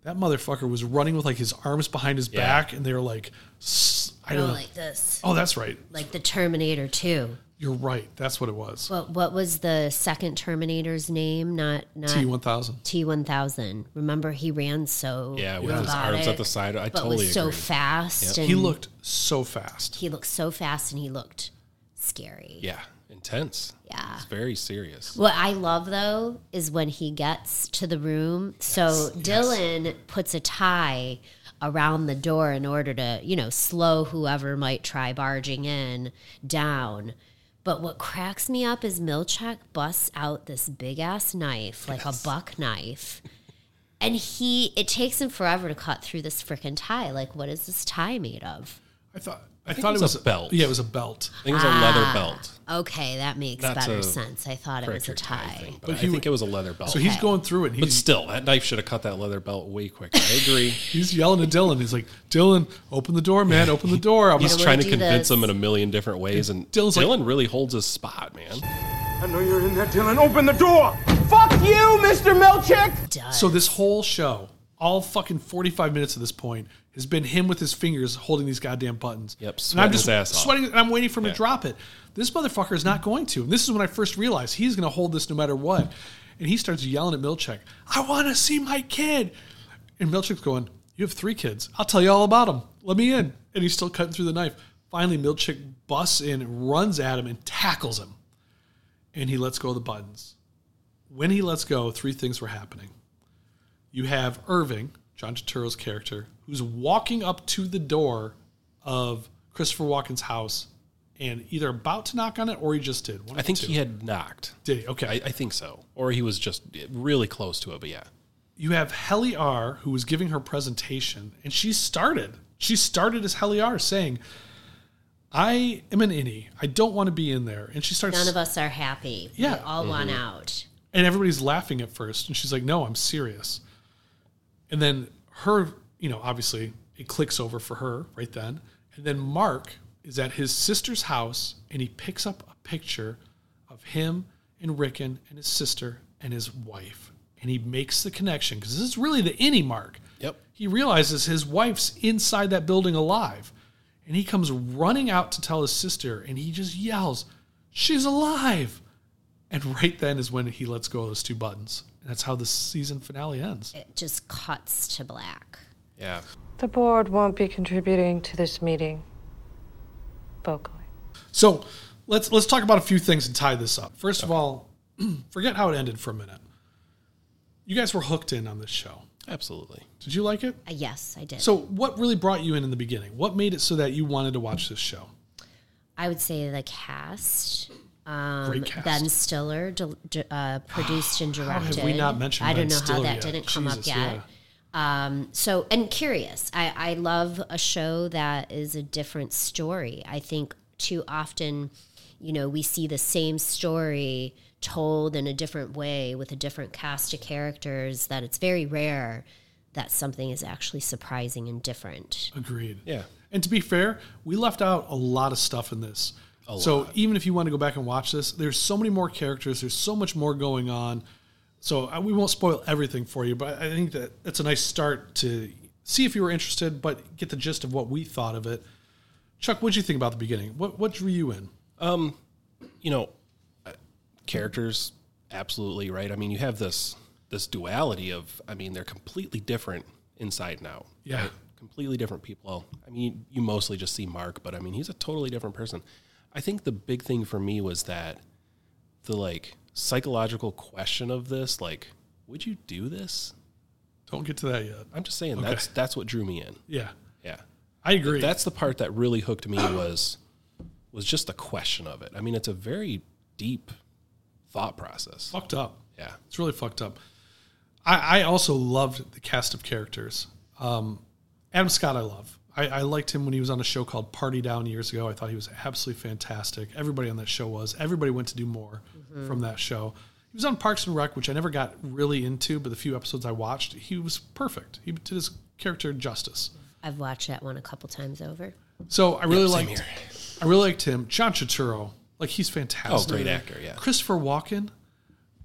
That motherfucker was running with like his arms behind his back and they were like, "S- I No, don't know. like this. Oh, that's right. Like the Terminator 2. You're right. That's what it was. What what was the second Terminator's name? Not not T1000. T one thousand. Remember he ran so Yeah, with his arms robotic, at the side. I but totally was so agree. fast. And He Mm. looked so fast. he looked so fast and he looked scary. Yeah, intense. Yeah. it's very serious. What I love though is when he gets to the room. So Dylan puts a tie around the door in order to, you know, slow whoever might try barging in down. But what cracks me up is Milchak busts out this big ass knife, like a buck knife. And he, it takes him forever to cut through this freaking tie. Like, what is this tie made of? I thought I, think thought it was a belt. Yeah, it was a belt. I think it was Ah. a leather belt. Okay, that makes That's better a sense. I thought it was a Cricket tie. thing, but, But I he think w- it was a leather belt. So he's going through it. And but he's, still, that knife should have cut that leather belt way quicker. I agree. he's yelling at Dylan. He's like, Dylan, open the door, man. Open the door. I'm He's *laughs* like, we'll trying to do convince this. him in a million different ways, and Dylan's like- Dylan really holds his spot, man. I know you're in there, Dylan. Open the door! Fuck you, Mr. Milchick. So this whole show, all fucking 45 minutes at this point, has been him with his fingers holding these goddamn buttons. Yep, And I'm sweating just his ass off. sweating and I'm waiting for him Yeah. to drop it. This motherfucker is not going to. And this is when I first realized he's going to hold this no matter what. And he starts yelling at Milchek, I want to see my kid. And Milchek's going, You have three kids. I'll tell you all about them. Let me in. And he's still cutting through the knife. Finally, Milchick busts in, runs at him, and tackles him. And he lets go of the buttons. When he lets go, three things were happening. You have Irving, John Turturro's character, who's walking up to the door of Christopher Walken's house and either about to knock on it or he just did. One of I the think two. he had knocked. Did he? Okay. I, I think so. Or he was just really close to it, but yeah. you have Heli R, who was giving her presentation, and she started. She started as Heli R, saying, "I am an innie. I don't want to be in there." And she starts. None of us are happy. Yeah. We all want Mhm. out. And everybody's laughing at first, and she's like, "No, I'm serious." And then her, you know, obviously it clicks over for her right then. And then Mark is at his sister's house, and he picks up a picture of him and Rickon and his sister and his wife, and he makes the connection because this is really the any Mark. Yep. He realizes his wife's inside that building alive, and he comes running out to tell his sister, and he just yells, "She's alive!" And right then is when he lets go of those two buttons. And that's how the season finale ends. It just cuts to black. Yeah. The board won't be contributing to this meeting. So let's let's talk about a few things and tie this up. First of all, *clears throat* forget how it ended for a minute. You guys were hooked in on this show. Absolutely. Did you like it? Uh, yes, I did. So what really brought you in in the beginning? What made it so that you wanted to watch this show? I would say the cast. Um, Great cast. Ben Stiller di- di- uh, produced and How directed. have we not mentioned I don't Ben know how Stiller that yet? didn't come up Jesus, yet. yeah. Um, so, and curious. I, I love a show that is a different story. I think too often, you know, we see the same story told in a different way with a different cast of characters, that it's very rare that something is actually surprising and different. Agreed. Yeah. And to be fair, we left out a lot of stuff in this. so even if you want to go back and watch this, there's so many more characters. There's so much more going on. So I, we won't spoil everything for you, but I think that that's a nice start to see if you were interested, but get the gist of what we thought of it. Chuck, what'd you think about the beginning? What what drew you in? Um, you know, uh, characters absolutely right. I mean, you have this this duality of I mean, they're completely different inside and out. Yeah. right? completely different people. Well, I mean, you, you mostly just see Mark, but I mean, he's a totally different person. I think the big thing for me was that the like psychological question of this, like, would you do this? Don't get to that yet. I'm just saying Okay. that's that's what drew me in. Yeah. Yeah. I agree. That's the part that really hooked me was was just the question of it. I mean, it's a very deep thought process. Fucked up. Yeah. It's really fucked up. I, I also loved the cast of characters. Um, Adam Scott, I love. I, I liked him when he was on a show called Party Down years ago. I thought he was absolutely fantastic. Everybody on that show was. Everybody went to do more Mm-hmm. Mhm. from that show. He was on Parks and Rec, which I never got really into, but the few episodes I watched, he was perfect. He did his character justice. I've watched that one a couple times over. So I really Yep, same liked, I really liked him. John Turturro, like he's fantastic. Oh, great actor, yeah. Christopher Walken,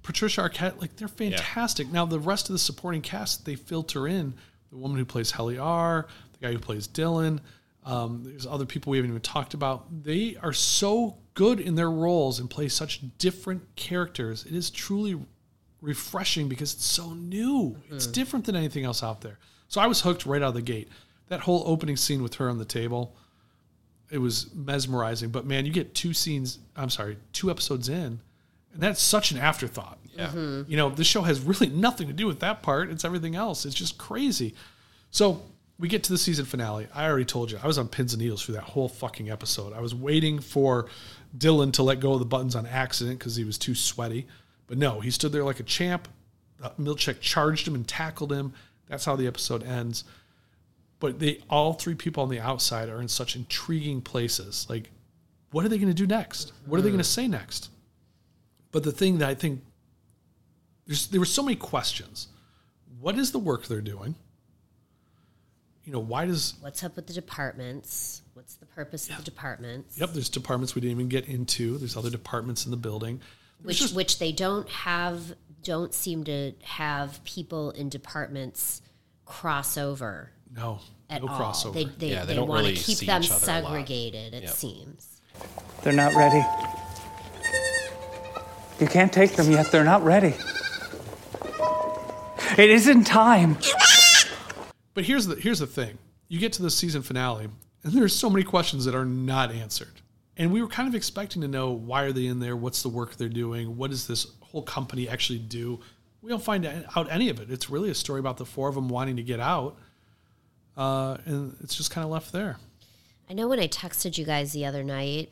Patricia Arquette, like they're fantastic. Now the rest of the supporting cast, they filter in the woman who plays Helly R, the guy who plays Dylan. Um, there's other people we haven't even talked about. They are so good in their roles and play such different characters. It is truly refreshing because it's so new. It's different than anything else out there. So I was hooked right out of the gate. That whole opening scene with her on the table, it was mesmerizing. But man, you get two scenes, I'm sorry, two episodes in, and that's such an afterthought. Yeah. Mhm. You know, this show has really *laughs* nothing to do with that part. It's everything else. It's just crazy. So we get to the season finale. I already told you, I was on pins and needles through that whole fucking episode. I was waiting for Dylan to let go of the buttons on accident because he was too sweaty. But no, he stood there like a champ. Uh, Milchek charged him and tackled him. That's how the episode ends. But they all three people on the outside are in such intriguing places. Like, what are they going to do next? What are Hmm. they going to say next? But the thing that I think there's, there were so many questions. What is the work they're doing? You know, why does What's up with the departments? What's the purpose of the departments? Yep, there's departments we didn't even get into. There's other departments in the building. Which which they don't have don't seem to have people in departments cross over No, at no all. crossover. They they, Yeah, they, they don't want really to keep see them each other a lot. segregated, it Yep. seems. They're not ready. You can't take them yet. They're not ready. It isn't time. But here's the here's the thing. You get to the season finale, and there's so many questions that are not answered. And we were kind of expecting to know why are they in there? What's the work they're doing? What does this whole company actually do? We don't find out any of it. It's really a story about the four of them wanting to get out, uh, and it's just kind of left there. I know when I texted you guys the other night,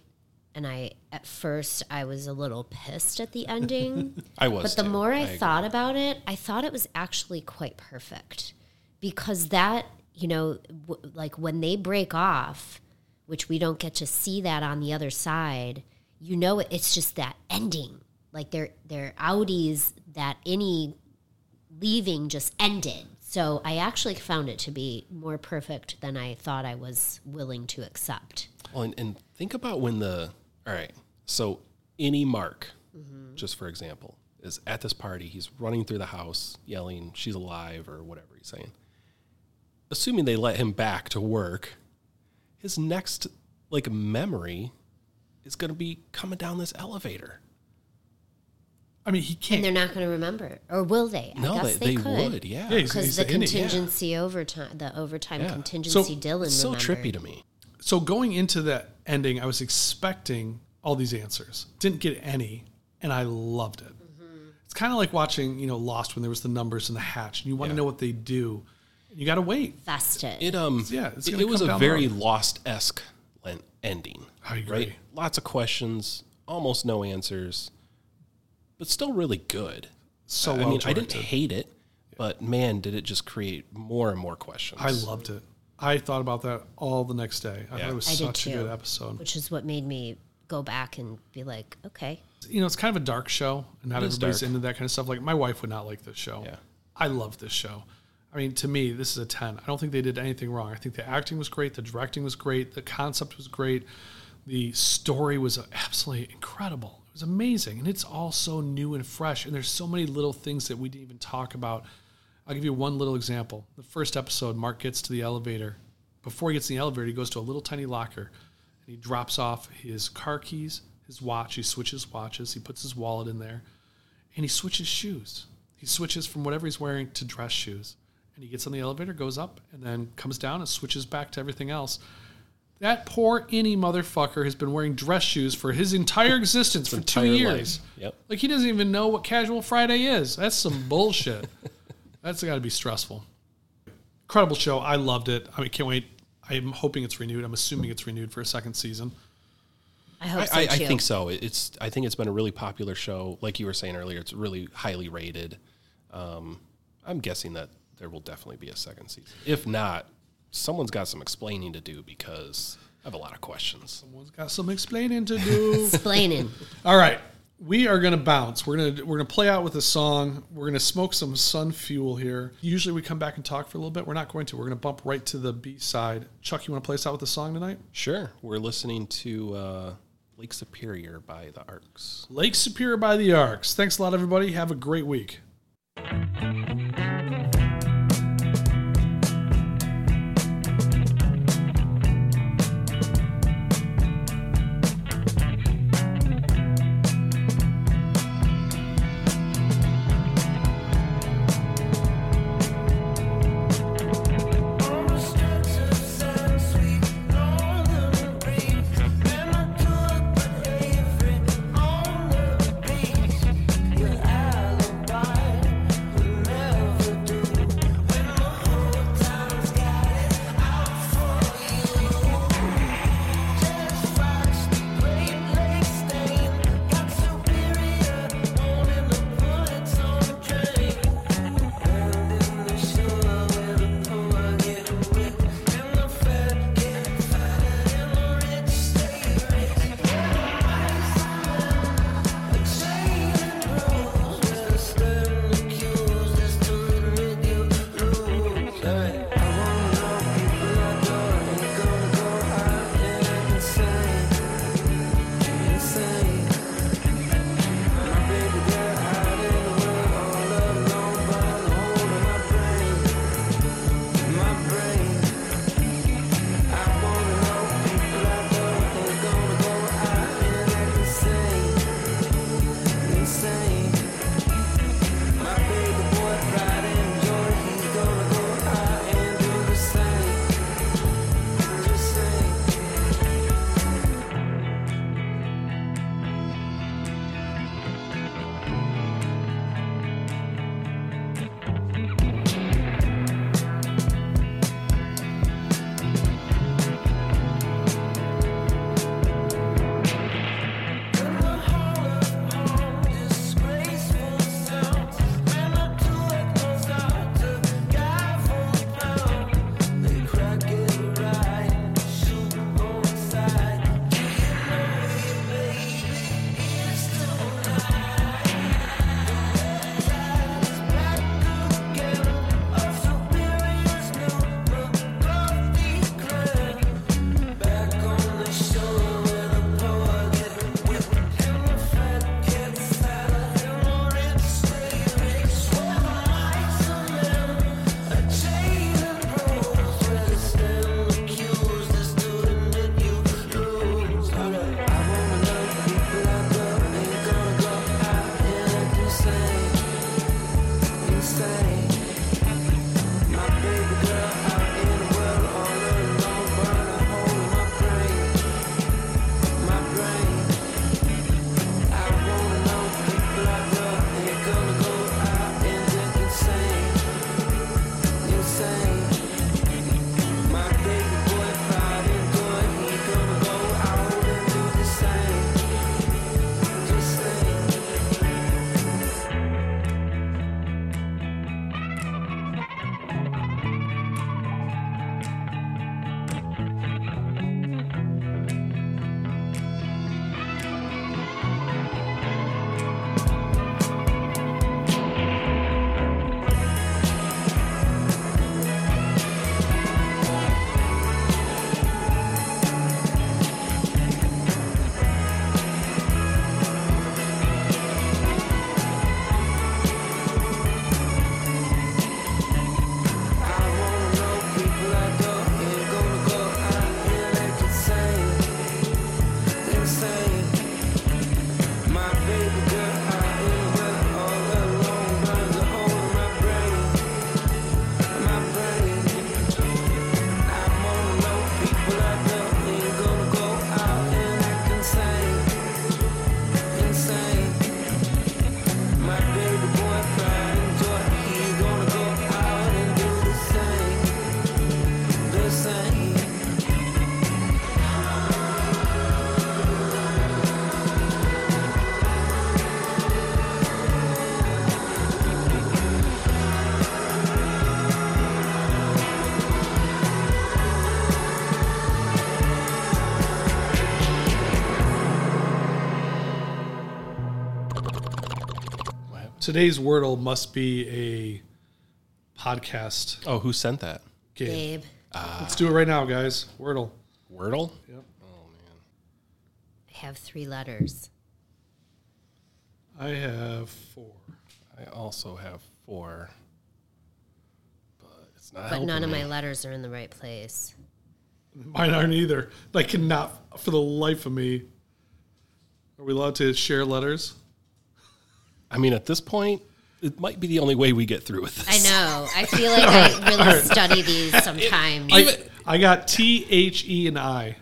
and I at first I was a little pissed at the ending. *laughs* I was, But the too. more I, I agree. thought about it, I thought it was actually quite perfect because that you know, w- like when they break off, which we don't get to see that on the other side. You know, it's just that ending. Like their their outies that any leaving just ended. So I actually found it to be more perfect than I thought I was willing to accept. Well, and, and think about when the all right. So any mark, Mm-hmm. just for example, is at this party. He's running through the house, yelling, "She's alive!" or whatever he's saying. Assuming they let him back to work, his next like memory is going to be coming down this elevator. I mean, he And can't. they're not going to remember it, or will they? I No, guess they- they, they could. would, yeah. Yeah, he's- because he's the the Indian, yeah. contingency overtime, the overtime Yeah. contingency. So- Dylan, so remembered. trippy to me. So going into that ending, I was expecting all these answers. Didn't get any, and I loved it. Mm-hmm. It's kind of like watching, you know, Lost when there was the numbers and the hatch, and you want to know what they do. You got to wait. Vested. It um Yeah, it's it, gonna it was a come down very hard. lost esque ending. I agree. Right? Lots of questions, almost no answers, but still really good. So I mean, I well-directed. didn't hate it, but man, did it just create more and more questions. I loved it. I thought about that all the next day. I thought it was I did such a too, good episode. which is what made me go back and be like, okay, you know, it's kind of a dark show, and not It is everybody's dark. into that kind of stuff. Like my wife would not like this show. Yeah. I love this show. I mean, to me, this is a ten. I don't think they did anything wrong. I think the acting was great, the directing was great, the concept was great, the story was absolutely incredible. It was amazing, and it's all so new and fresh. And there's so many little things that we didn't even talk about. I'll give you one little example. The first episode, Mark gets to the elevator. Before he gets in the elevator, he goes to a little tiny locker and he drops off his car keys, his watch. He switches watches. He puts his wallet in there, and he switches shoes. He switches from whatever he's wearing to dress shoes, and he gets on the elevator, goes up, and then comes down and switches back to everything else. That poor any motherfucker has been wearing dress shoes for his entire existence for two Entire years. life. Yep. Like he doesn't even know what casual Friday is. That's *laughs* some bullshit. That's got to be stressful. Incredible show. I loved it. I mean, can't wait. I'm hoping it's renewed. I'm assuming it's renewed for a second season. I hope so I, I, too. think so. It- It's I think it's been a really popular show. Like you were saying earlier, it's really highly rated. Um, I'm guessing that there will definitely be a second season. If not, someone's got some explaining to do because I have a lot of questions. Someone's got some explaining *laughs* to do. Explaining. All right, we are gonna bounce. We're gonna we're gonna play out with a song. We're gonna smoke some sun fuel here. Usually we come back and talk for a little bit. We're not going to. We're gonna bump right to the B side. Chuck, you want to play us out with a song tonight? Sure, we're listening to uh, Lake Superior by the Arcs. Lake Superior by the Arcs. Thanks a lot, everybody. Have a great week. Alibi, the Today's Wordle must be a podcast. Oh, who sent that? Gabe. Let's do it right now, guys. Wordle. Wordle? Yep. I have three letters. I have four. I also have four. But it's not but none helping of me. my letters are in the right place. Mine aren't either. I cannot, for the life of me. Are we allowed to share letters? I mean, at this point, it might be the only way we get through with this. I know. I feel *laughs* like I really All right. study these sometimes. I, I got T, H, E, and I.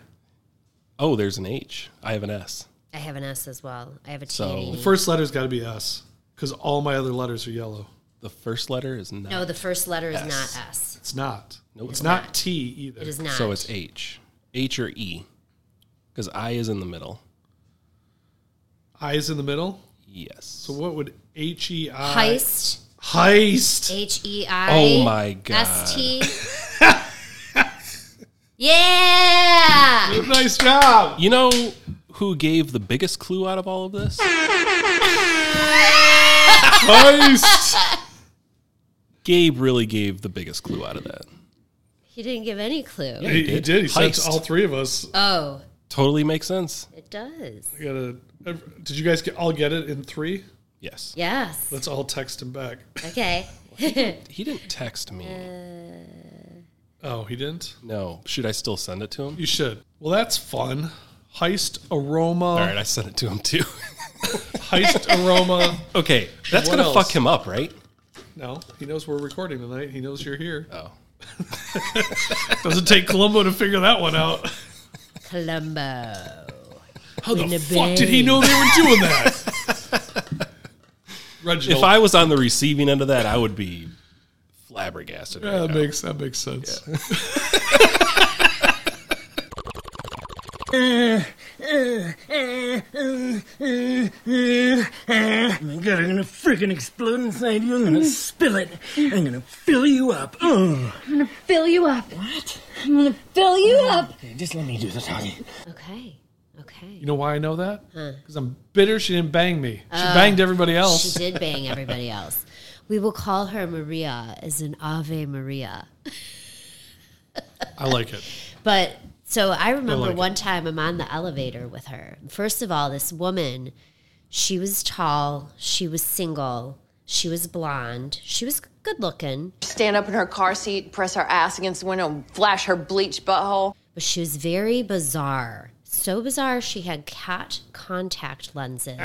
Oh, there's an H. I have an S. I have an S as well. I have a T. So- and The E. first letter's got to be S because all my other letters are yellow. The first letter is not. no, the first letter is S. not S. It's not. Nope. It's not, T either. It is not. So it's H. H or E. Because I is in the middle. I is in the middle. Yes. So what would H E I? Heist. Heist. H E I. Oh my God. S *laughs* T. Yeah. nice job. You know who gave the biggest clue out of all of this? Heist. Gabe really gave the biggest clue out of that. He didn't give any clue. he, he did. He sent Heist. all three of us. Oh, Totally makes sense. it does. I gotta, ev- did you guys get, all get it in three? Yes. Yes. Let's all text him back. Okay. He didn't text Uh, me. Oh, he didn't? No. Should I still send it to him? You should. Well, that's fun. Heist aroma. All right, I sent it to him too. *laughs* Heist aroma. okay, that's What gonna else? fuck him up, right? No, he knows we're recording tonight. He knows you're here. Oh. Doesn't take Columbo to figure that one out. Columbo. How the In a fuck did he know they were doing that? *laughs* Reginald. If I was on the receiving end of that, I would be flabbergasted. Yeah, right that now. makes that makes sense. Oh my god, I'm gonna freaking explode inside you. I'm gonna spill it. I'm gonna fill you up. Oh. I'm gonna fill you up. What? I'm gonna fill you up. Okay, just let me do this, honey. Okay. Okay. You know why I know that? Huh. Because I'm bitter she didn't bang me. She Oh. banged everybody else. She *laughs* did bang everybody else. We will call her Maria as an Ave Maria. I like it. But so I remember like it. one time I'm on the elevator with her. First of all, this woman, she was tall, she was single, she was blonde, she was good looking, Stand up in her car seat, press her ass against the window, and flash her bleached butthole. but she was very bizarre. So bizarre, she had cat contact *laughs* lenses,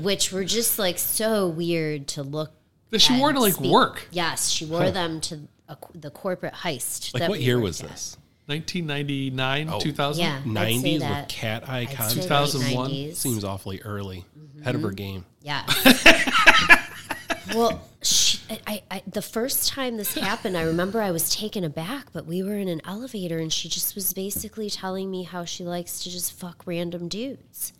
which were just like so weird to look. That she wore and to, like, speak- work. Yes, she wore them to a, the corporate heist. Like, that what we year worked was at. this? 1999, Oh. 2000. Yeah, I'd say 90s with that. cat eye I'd say contact. late 2001 90s. Seems awfully early. Head of her game. *laughs* Yeah. well, she, I, I, the first time this happened, I remember I was taken aback, but we were in an elevator and she just was basically telling me how she likes to just fuck random dudes.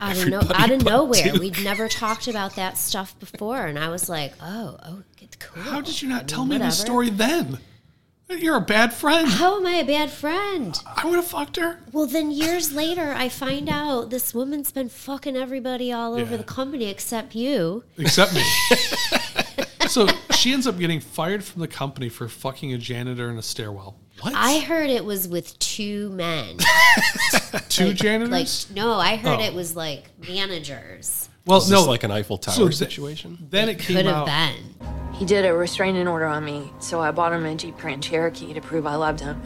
Out of, no, Everybody out of but nowhere. Duke. We'd never talked about that stuff before. And I was like, oh, oh, good, cool. How did you I not mean, tell me this whatever. story then? You're a bad friend. How am I a bad friend? I would have fucked her. Well, then years later, I find out this woman's been fucking everybody all over Yeah. the company except you. *laughs* Except me. so she ends up getting fired from the company for fucking a janitor in a stairwell. What? I heard it was with two men. Two janitors? Like no, I heard Oh. it was like managers. well, Is no. this like an Eiffel Tower so th- situation? Then it came Could have out. been. He did a restraining order on me, so I bought him a Jeep Grand Cherokee to prove I loved him.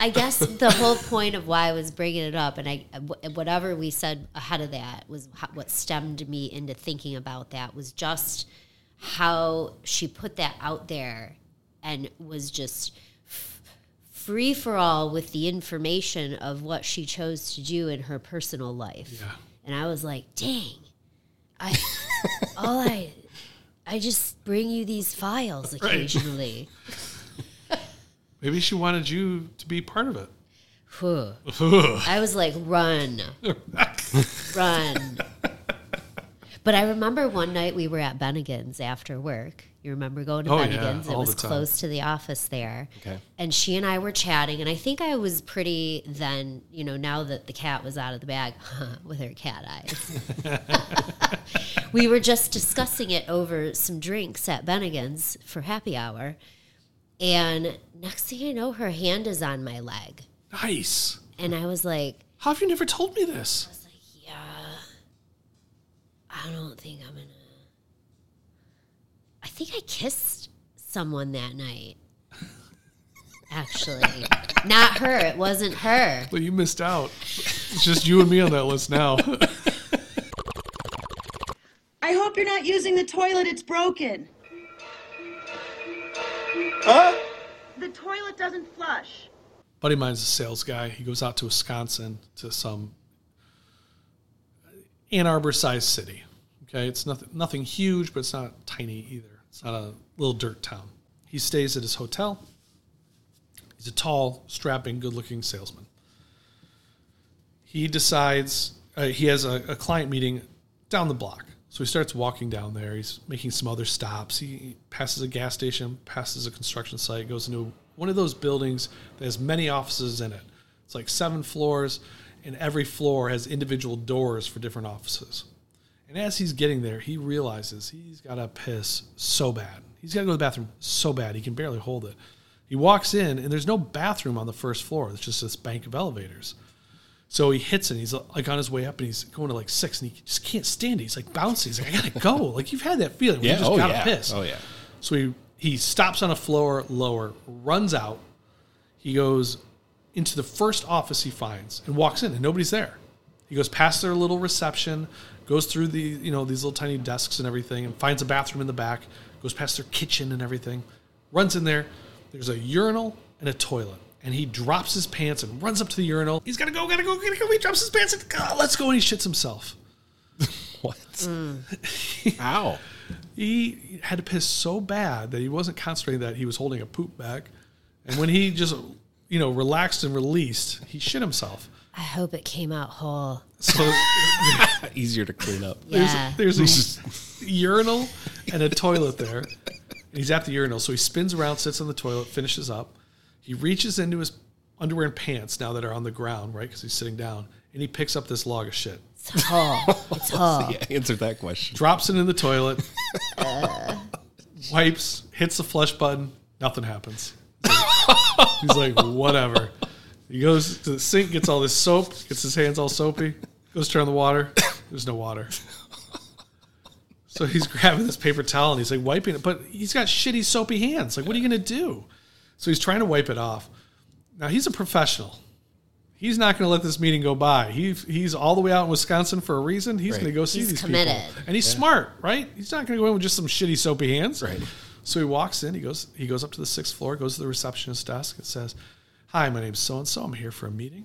I guess the whole point of why I was bringing it up, and I wh- whatever we said ahead of that was ho- what stemmed me into thinking about that was just how she put that out there and was just f- free for all with the information of what she chose to do in her personal life. Yeah. And I was like, dang, *laughs* I all I I just bring you these files occasionally. Maybe she wanted you to be part of it. Whew. *laughs* I was like, run, run. But I remember one night we were at Bennigan's after work. You remember going to Oh, yeah, Bennigan's? it all was the time. close to the office there. *laughs* Okay. And she and I were chatting, and I think I was pretty then, you know, now that the cat was out of the bag *laughs* with her cat eyes. we were just discussing it over some drinks at Bennigan's for happy hour. And next thing I know, her hand is on my leg. Nice. And I was like, How have you never told me this? I don't think I'm gonna. I think I kissed someone that *laughs* night. Actually, not her. It wasn't her. Well, you missed out. It's just you and me on that list now. I hope you're not using the toilet. It's broken. Huh? The toilet doesn't flush. *laughs* buddy of mine's a sales guy. He goes out to Wisconsin to some Ann Arbor sized city. Okay, it's nothing nothing huge, but it's not tiny either. It's not a little dirt town. He stays at his hotel. He's a tall, strapping, good looking salesman. He decides uh, he has a, a client meeting down the block. So he starts walking down there. He's making some other stops. He- He passes a gas station, passes a construction site, goes into one of those buildings that has many offices in it. It's like seven floors, and every floor has individual doors for different offices. And as he's getting there, he realizes he's got to piss so bad. He's got to go to the bathroom so bad. He can barely hold it. He walks in, and there's no bathroom on the first floor. It's just this bank of elevators. So he hits it. He's like on his way up, and he's going to like six, and he just can't stand it. He's like bouncing. He's like, I gotta go. *laughs* like you've had that feeling. where Yeah, You just oh, gotta yeah. piss. Oh, yeah. So he he stops on a floor lower, runs out. He goes into the first office he finds and walks in, and nobody's there. He goes past their little reception, goes through the you know these little tiny desks and everything, and finds a bathroom in the back. Goes past their kitchen and everything, runs in there. There's a urinal and a toilet, and he drops his pants and runs up to the urinal. He's gotta go, gotta go, gotta go. He drops his pants and "Ah, let's go, and he shits himself. what? How? he had to piss so bad that he wasn't concentrating that he was holding a poop back, and when he just you know relaxed and released, he shit himself. I hope it came out whole. So Easier to clean up. Yeah. there's, there's a urinal and a toilet there. And he's at the urinal, so he spins around, sits on the toilet, finishes up. He reaches into his underwear and pants now that are on the ground, right? Because he's sitting down, and he picks up this log of shit. It's whole. It's whole. Yeah, answer that question. Drops it in the toilet, wipes, hits the flush button, nothing happens. He's like, whatever. He goes to the sink, gets all this soap, gets his hands all soapy, goes to turn on the water. There's no water. So he's *laughs* grabbing this paper towel and he's like wiping it, but he's got shitty soapy hands. Like, what are you going to do? So he's trying to wipe it off. Now he's a professional. He's not going to let this meeting go by. He, he's all the way out in Wisconsin for a reason. He's Right. going to go see He's these committed. people, and he's Yeah. smart, right? He's not going to go in with just some shitty soapy hands, right? So he walks in. He goes. He goes up to the sixth floor. Goes to the receptionist's desk and says, "Hi, my name's so and so. I'm here for a meeting.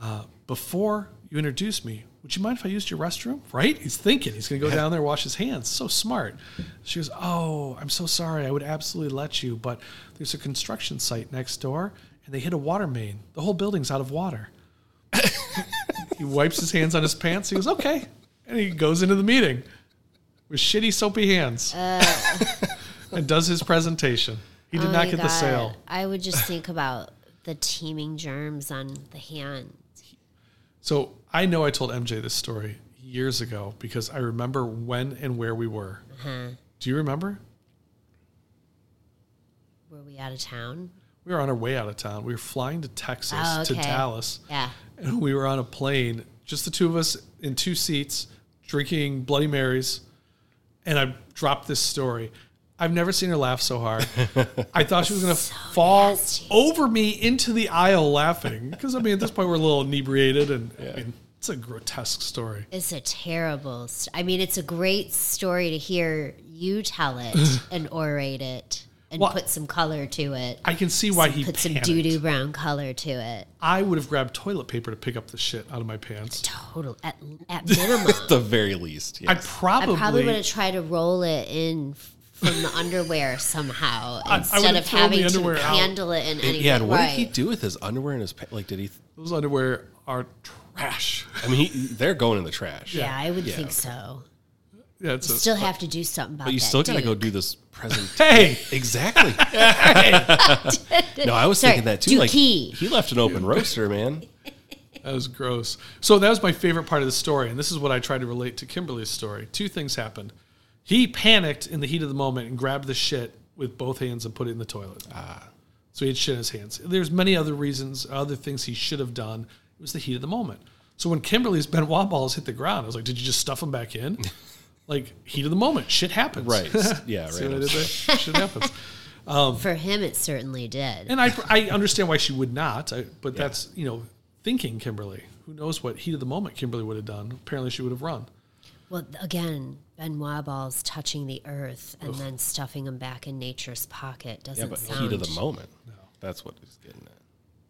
Uh, before you introduce me, would you mind if I used your restroom?" Right? He's thinking. He's going to go down there, wash his hands. So smart. She goes, "Oh, I'm so sorry. I would absolutely let you, but there's a construction site next door, and they hit a water main. The whole building's out of water." *laughs* he wipes his hands on his pants. He goes, "Okay," and he goes into the meeting with shitty soapy hands *laughs* and does his presentation. He did Oh not my get the God. sale. I would just think about the teeming germs on the hand. So I know I told MJ this story years ago because I remember when and where we were. Mhm. Do you remember? Were we out of town? We were on our way out of town. We were flying to Texas Oh, to okay. Dallas. Yeah. And we were on a plane, just the two of us in two seats, drinking Bloody Marys. And I dropped this story. I've never seen her laugh so hard. I thought she was going to fall over me into the aisle laughing. Because, I mean, at this point, we're a little inebriated. And I mean, it's a grotesque story. It's a terrible. St- I mean, it's a great story to hear you tell *laughs* it and orate it and Well, put some color to it. I can see why he put some panicked. doo doo brown color to it. I would have grabbed toilet paper to pick up the shit out of my pants. Total. At, *laughs* at minimum, *laughs* At the very least. I yes. probably, I probably would have tried to roll it in f- from the underwear somehow *laughs* I- I instead would've of thrown the having to underwear out. handle it in any yeah, way. and what did he Right. do with his underwear and his pants? Like, did he? Those underwear are trash. *laughs* I mean, he, they're going in the trash. Yeah, I would Yeah. think so. Yeah, it's You a- still have to do something about But you that still gotta go Duke. do *laughs* this present. Hey, *laughs* exactly. *laughs* no, I was Sorry, thinking that too. Like Dookie. he left an open roaster, *laughs* man. That was gross. So that was my favorite part of the story, and this is what I tried to relate to Kimberly's story. Two things happened. He panicked in the heat of the moment and grabbed the shit with both hands and put it in the toilet. Ah. So he had shit in his hands. There's many other reasons, other things he should have done. It was the heat of the moment. So when Kimberly's *laughs* Benoit balls hit the ground, I was like, did you just stuff them *laughs* back in? like, heat of the moment. Shit happens. Right. *laughs* Yeah, See what I right. *laughs* did there? Shit happens. Um, For him, it certainly did. and I, I understand why she would not, I, but that's, you know, thinking Kimberly. Who knows what heat of the moment Kimberly would have done? Apparently, she would have run. Well, th- again, Benoit balls touching the earth and then stuffing them back in nature's pocket doesn't yeah, but sound. heat of the moment. That's what he's getting at.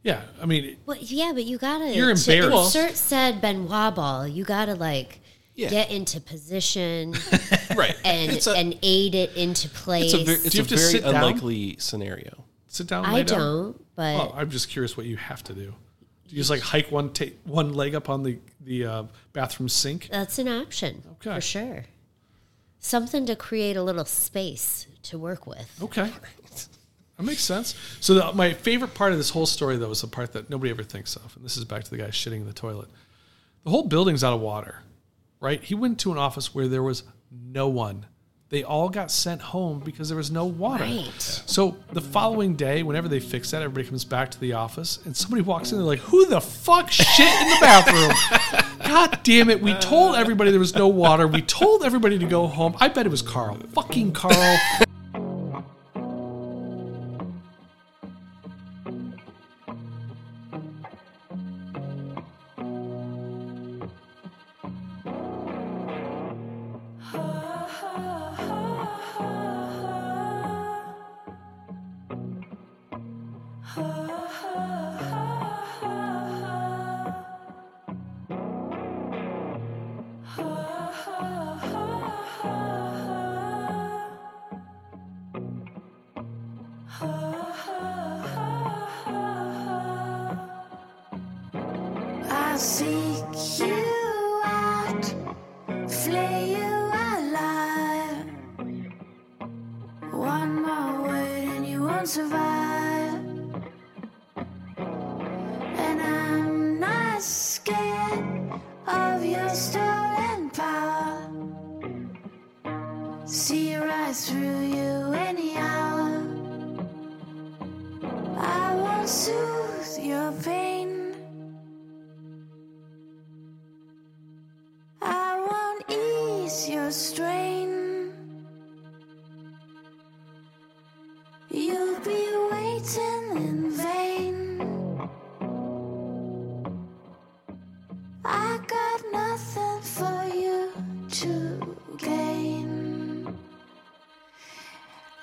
Yeah, I mean, Well, yeah, but you gotta. You're to embarrassed. Insert said Benoit ball. You gotta like Yeah. get into position, *laughs* Right. And It's a- and aid it into place. It's a very, it's you a have to very sit down? unlikely scenario. Sit down. I lay down. don't, but- Oh. Well, I'm just curious what you have to do. Do you just like hike one ta- one leg up on the the uh, bathroom sink? That's an option for sure. Something to create a little space to work with. Okay. That makes sense. So the, my favorite part of this whole story, though, is the part that nobody ever thinks of, and this is back to the guy shitting in the toilet. The whole building's out of water, right? He went to an office where there was no one. They all got sent home because there was no water. Right. So the following day, whenever they fix that, everybody comes back to the office, and somebody walks in. They're like, "Who the fuck shit in the bathroom?" God damn it! We told everybody there was no water. We told everybody to go home. I bet it was Carl. Fucking Carl. I seek you out, flay you alive. One more word and you won't survive. And I'm not scared of your stolen power. See right through you any hour. I will soothe your pain. I won't ease your strain. You'll be waiting in vain. I got nothing for you to gain.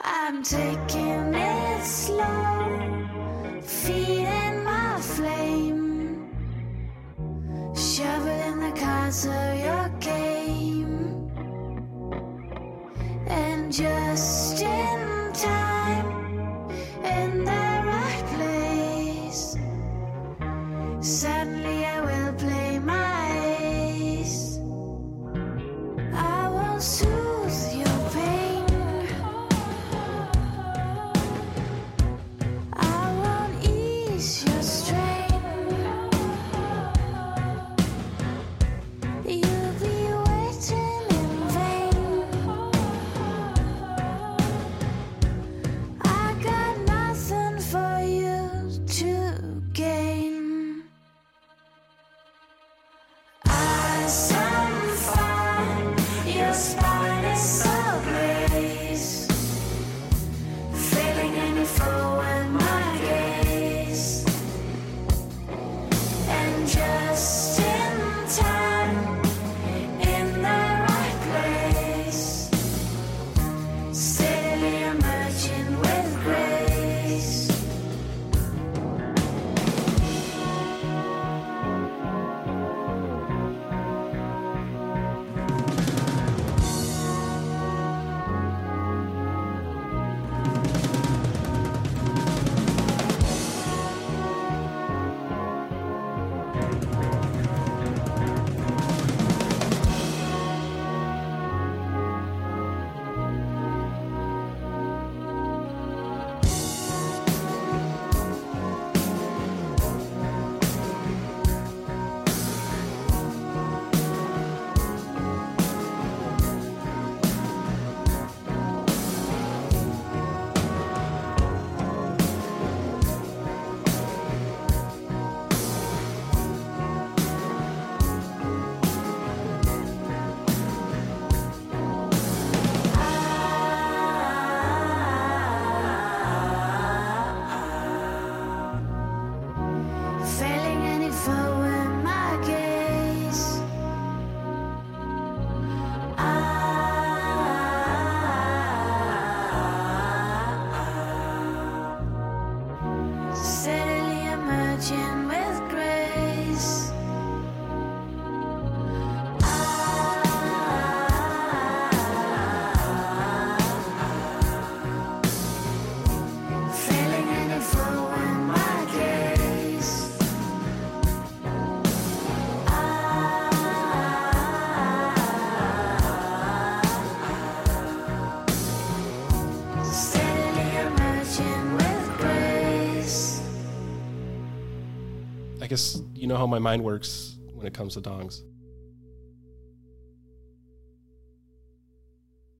I'm taking it slow, feeding my flame. Shoveling the cards of your game. And just in time, in the right place. Suddenly I will play my ace. I will soothe your pain. I won't ease your strain. You'll be waiting in vain. I got nothing for you to gain. I some fun, your spine. guess you know how my mind works when it comes to dongs.